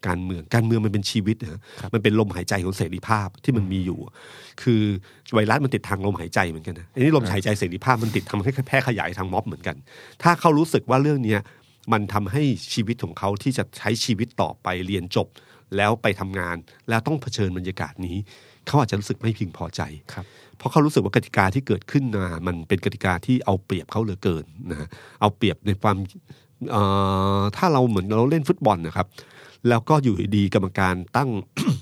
B: การเมืองการเมืองมันเป็นชีวิตนะฮะมันเป็นลมหายใจของเสรีภาพที่มันมีอยู่ คือไวรัสมันติดทางลมหายใจเหมือนกันนะอันนี้ลมหายใจเสรีภาพมันติดทำให้แพร่ขยายทางม็อบเหมือนกัน ถ้าเขารู้สึกว่าเรื่องเนี้ย มันทำให้ชีวิตของเขาที่จะใช้ชีวิตต่อไปเรียนจบ แล้วไปทำงาน แล้วต้องเผชิญบรรยากาศนี้ เขาอาจจะรู้สึกไม่พึงพอใจ
C: ครับ
B: เพราะเขารู้สึกว่ากติกาที่เกิดขึ้นมามันเป็นกติกาที่เอาเปรียบเขาเหลือเกินนะฮะเอาเปรียบในความเอ่อถ้าเราเหมือนเราเล่นฟุตบอลนะครับ แล้วก็อยู่ดีๆกรรมการตั้ง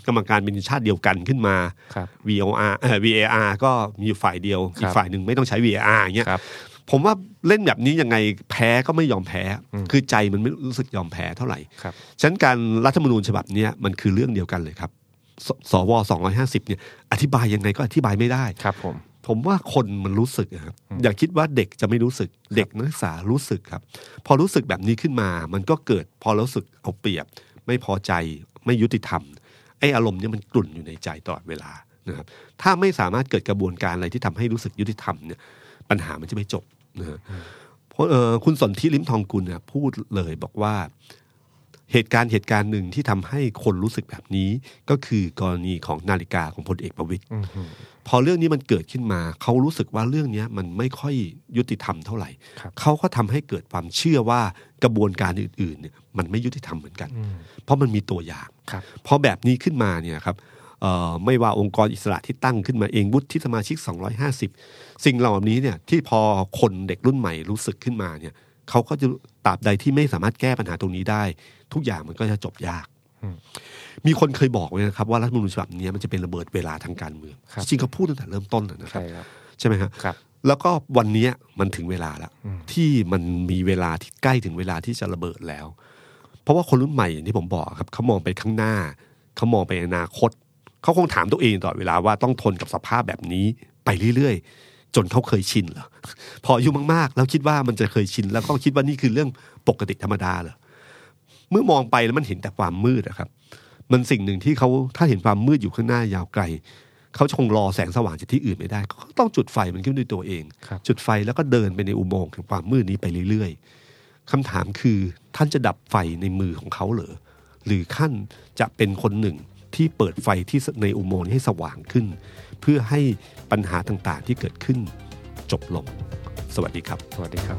B: [COUGHS] กรรมการเป็นชาติเดียวกันขึ้นมา
C: ครับ
B: VOR เอ่อ VAR ก็มีอยู่ฝ่ายเดียว
C: ครับ
B: อีกฝ่ายหนึ่งไม่ต้องใช้ VAR อย่างเงี้ย
C: ครับ
B: ผมว่าเล่นแบบนี้ยังไงแพ้ก็ไม่ยอมแพ้ คือใจมันไม่รู้สึกยอมแพ้เท่าไหร่
C: ครับ
B: ฉะนั้นการรัฐธรรมนูญฉบับเนี้ยมันคือเรื่องเดียวกันเลยครับสสว250เนี่ยอธิบายยังไงก็อธิบายไม่ได้
C: ครับผม
B: ผมว่าคนมันรู้สึกอะครับอย่าคิดว่าเด็กจะไม่รู้สึก เด็กนักศึกษารู้สึกครับ พอรู้สึกแบบนี้ขึ้นมา มันก็เกิดพอรู้สึกเอาเปรียบ ไม่พอใจไม่ยุติธรรมไอ้อารมณ์เนี่ยมันกลุ่นอยู่ในใจตลอดเวลานะครับถ้าไม่สามารถเกิดกระบวนการอะไรที่ทำให้รู้สึกยุติธรรมเนี่ยปัญหามันจะไม่จบนะฮะเพราะเอ่อคุณสนธิลิ้มทองกุลนะพูดเลยบอกว่า เหตุการณ์เหตุการณ์หนึ่งที่ทำให้คนรู้สึกแบบนี้ ก็คือกรณีของนาฬิกาของพลเอกประวิตย พอเรื่องนี้มันเกิดขึ้นมาเขารู้สึกว่าเรื่องเนี้ยมันไม่ค่อยยุติธรรมเท่าไหร่
C: ครับ
B: เขาก็ทำให้เกิดความเชื่อว่ากระบวนการอื่นๆเนี่ยมันไม่ยุติธรรมเหมือนกัน เพราะมันมีตัวอย่าง
C: ครับ
B: พอแบบนี้ขึ้นมาเนี่ยครับเอ่อไม่ว่าองค์กรอิสระที่ตั้งขึ้นมาเองวุฒิสมาชิก 250 สิ่งเหล่านี้เนี่ยที่พอคนเด็กรุ่นใหม่รู้สึกขึ้นมาเนี่ยเขาก็จะตราบใดที่ไม่สามารถแก้ปัญหาตรงนี้ได้ ทุกอย่างมันก็จะจบยาก มีคนเคยบอกไว้นะครับว่ารัฐธรรมนูญฉบับนี้มันจะเป็นระเบิดเวลาทางการเมือง
C: ครับ
B: จริงๆเขาพูดตั้งแต่เริ่มต้นแล้วนะครับ
C: ใช่ครับ
B: ใช่ไหมฮะ
C: ครับ
B: แล้วก็วันนี้มันถึงเวลาแล้ว ที่มันมีเวลาที่ใกล้ถึงเวลาที่จะระเบิดแล้ว เพราะว่าคนรุ่นใหม่อย่างที่ผมบอกครับเขามองไปข้างหน้าเขามองไปอนาคต เขาคงถามตัวเองตลอดเวลาว่าต้องทนกับสภาพแบบนี้ไปเรื่อยๆ จนเขาเคยชินเหรอ [LAUGHS] พออายุมากๆ แล้วคิดว่ามันจะเคยชิน แล้วก็คิดว่านี่คือเรื่องปกติธรรมดาเหรอเมื่อมองไปแล้วมันเห็นแต่ความมืดอะครับ มันสิ่งหนึ่งที่เขาถ้าเห็นความมืดอยู่ข้างหน้ายาวไกล เขาคงรอแสงสว่างจากที่อื่นไม่ได้เขาก็ต้องจุดไฟมันขึ้นด้วยตัวเอง
C: ครับ
B: จุดไฟแล้วก็เดินไปในอุโมงค์แห่งความมืดนี้ไปเรื่อยๆคำถามคือท่านจะดับไฟในมือของเขาเหรอหรือขั้นจะเป็นคนหนึ่งที่เปิดไฟที่ในอุโมงค์นี้ให้สว่างขึ้น เพื่อให้ปัญหาต่างๆที่เกิดขึ้นจบลง สวัสดีครับ
C: สวัสดีครับ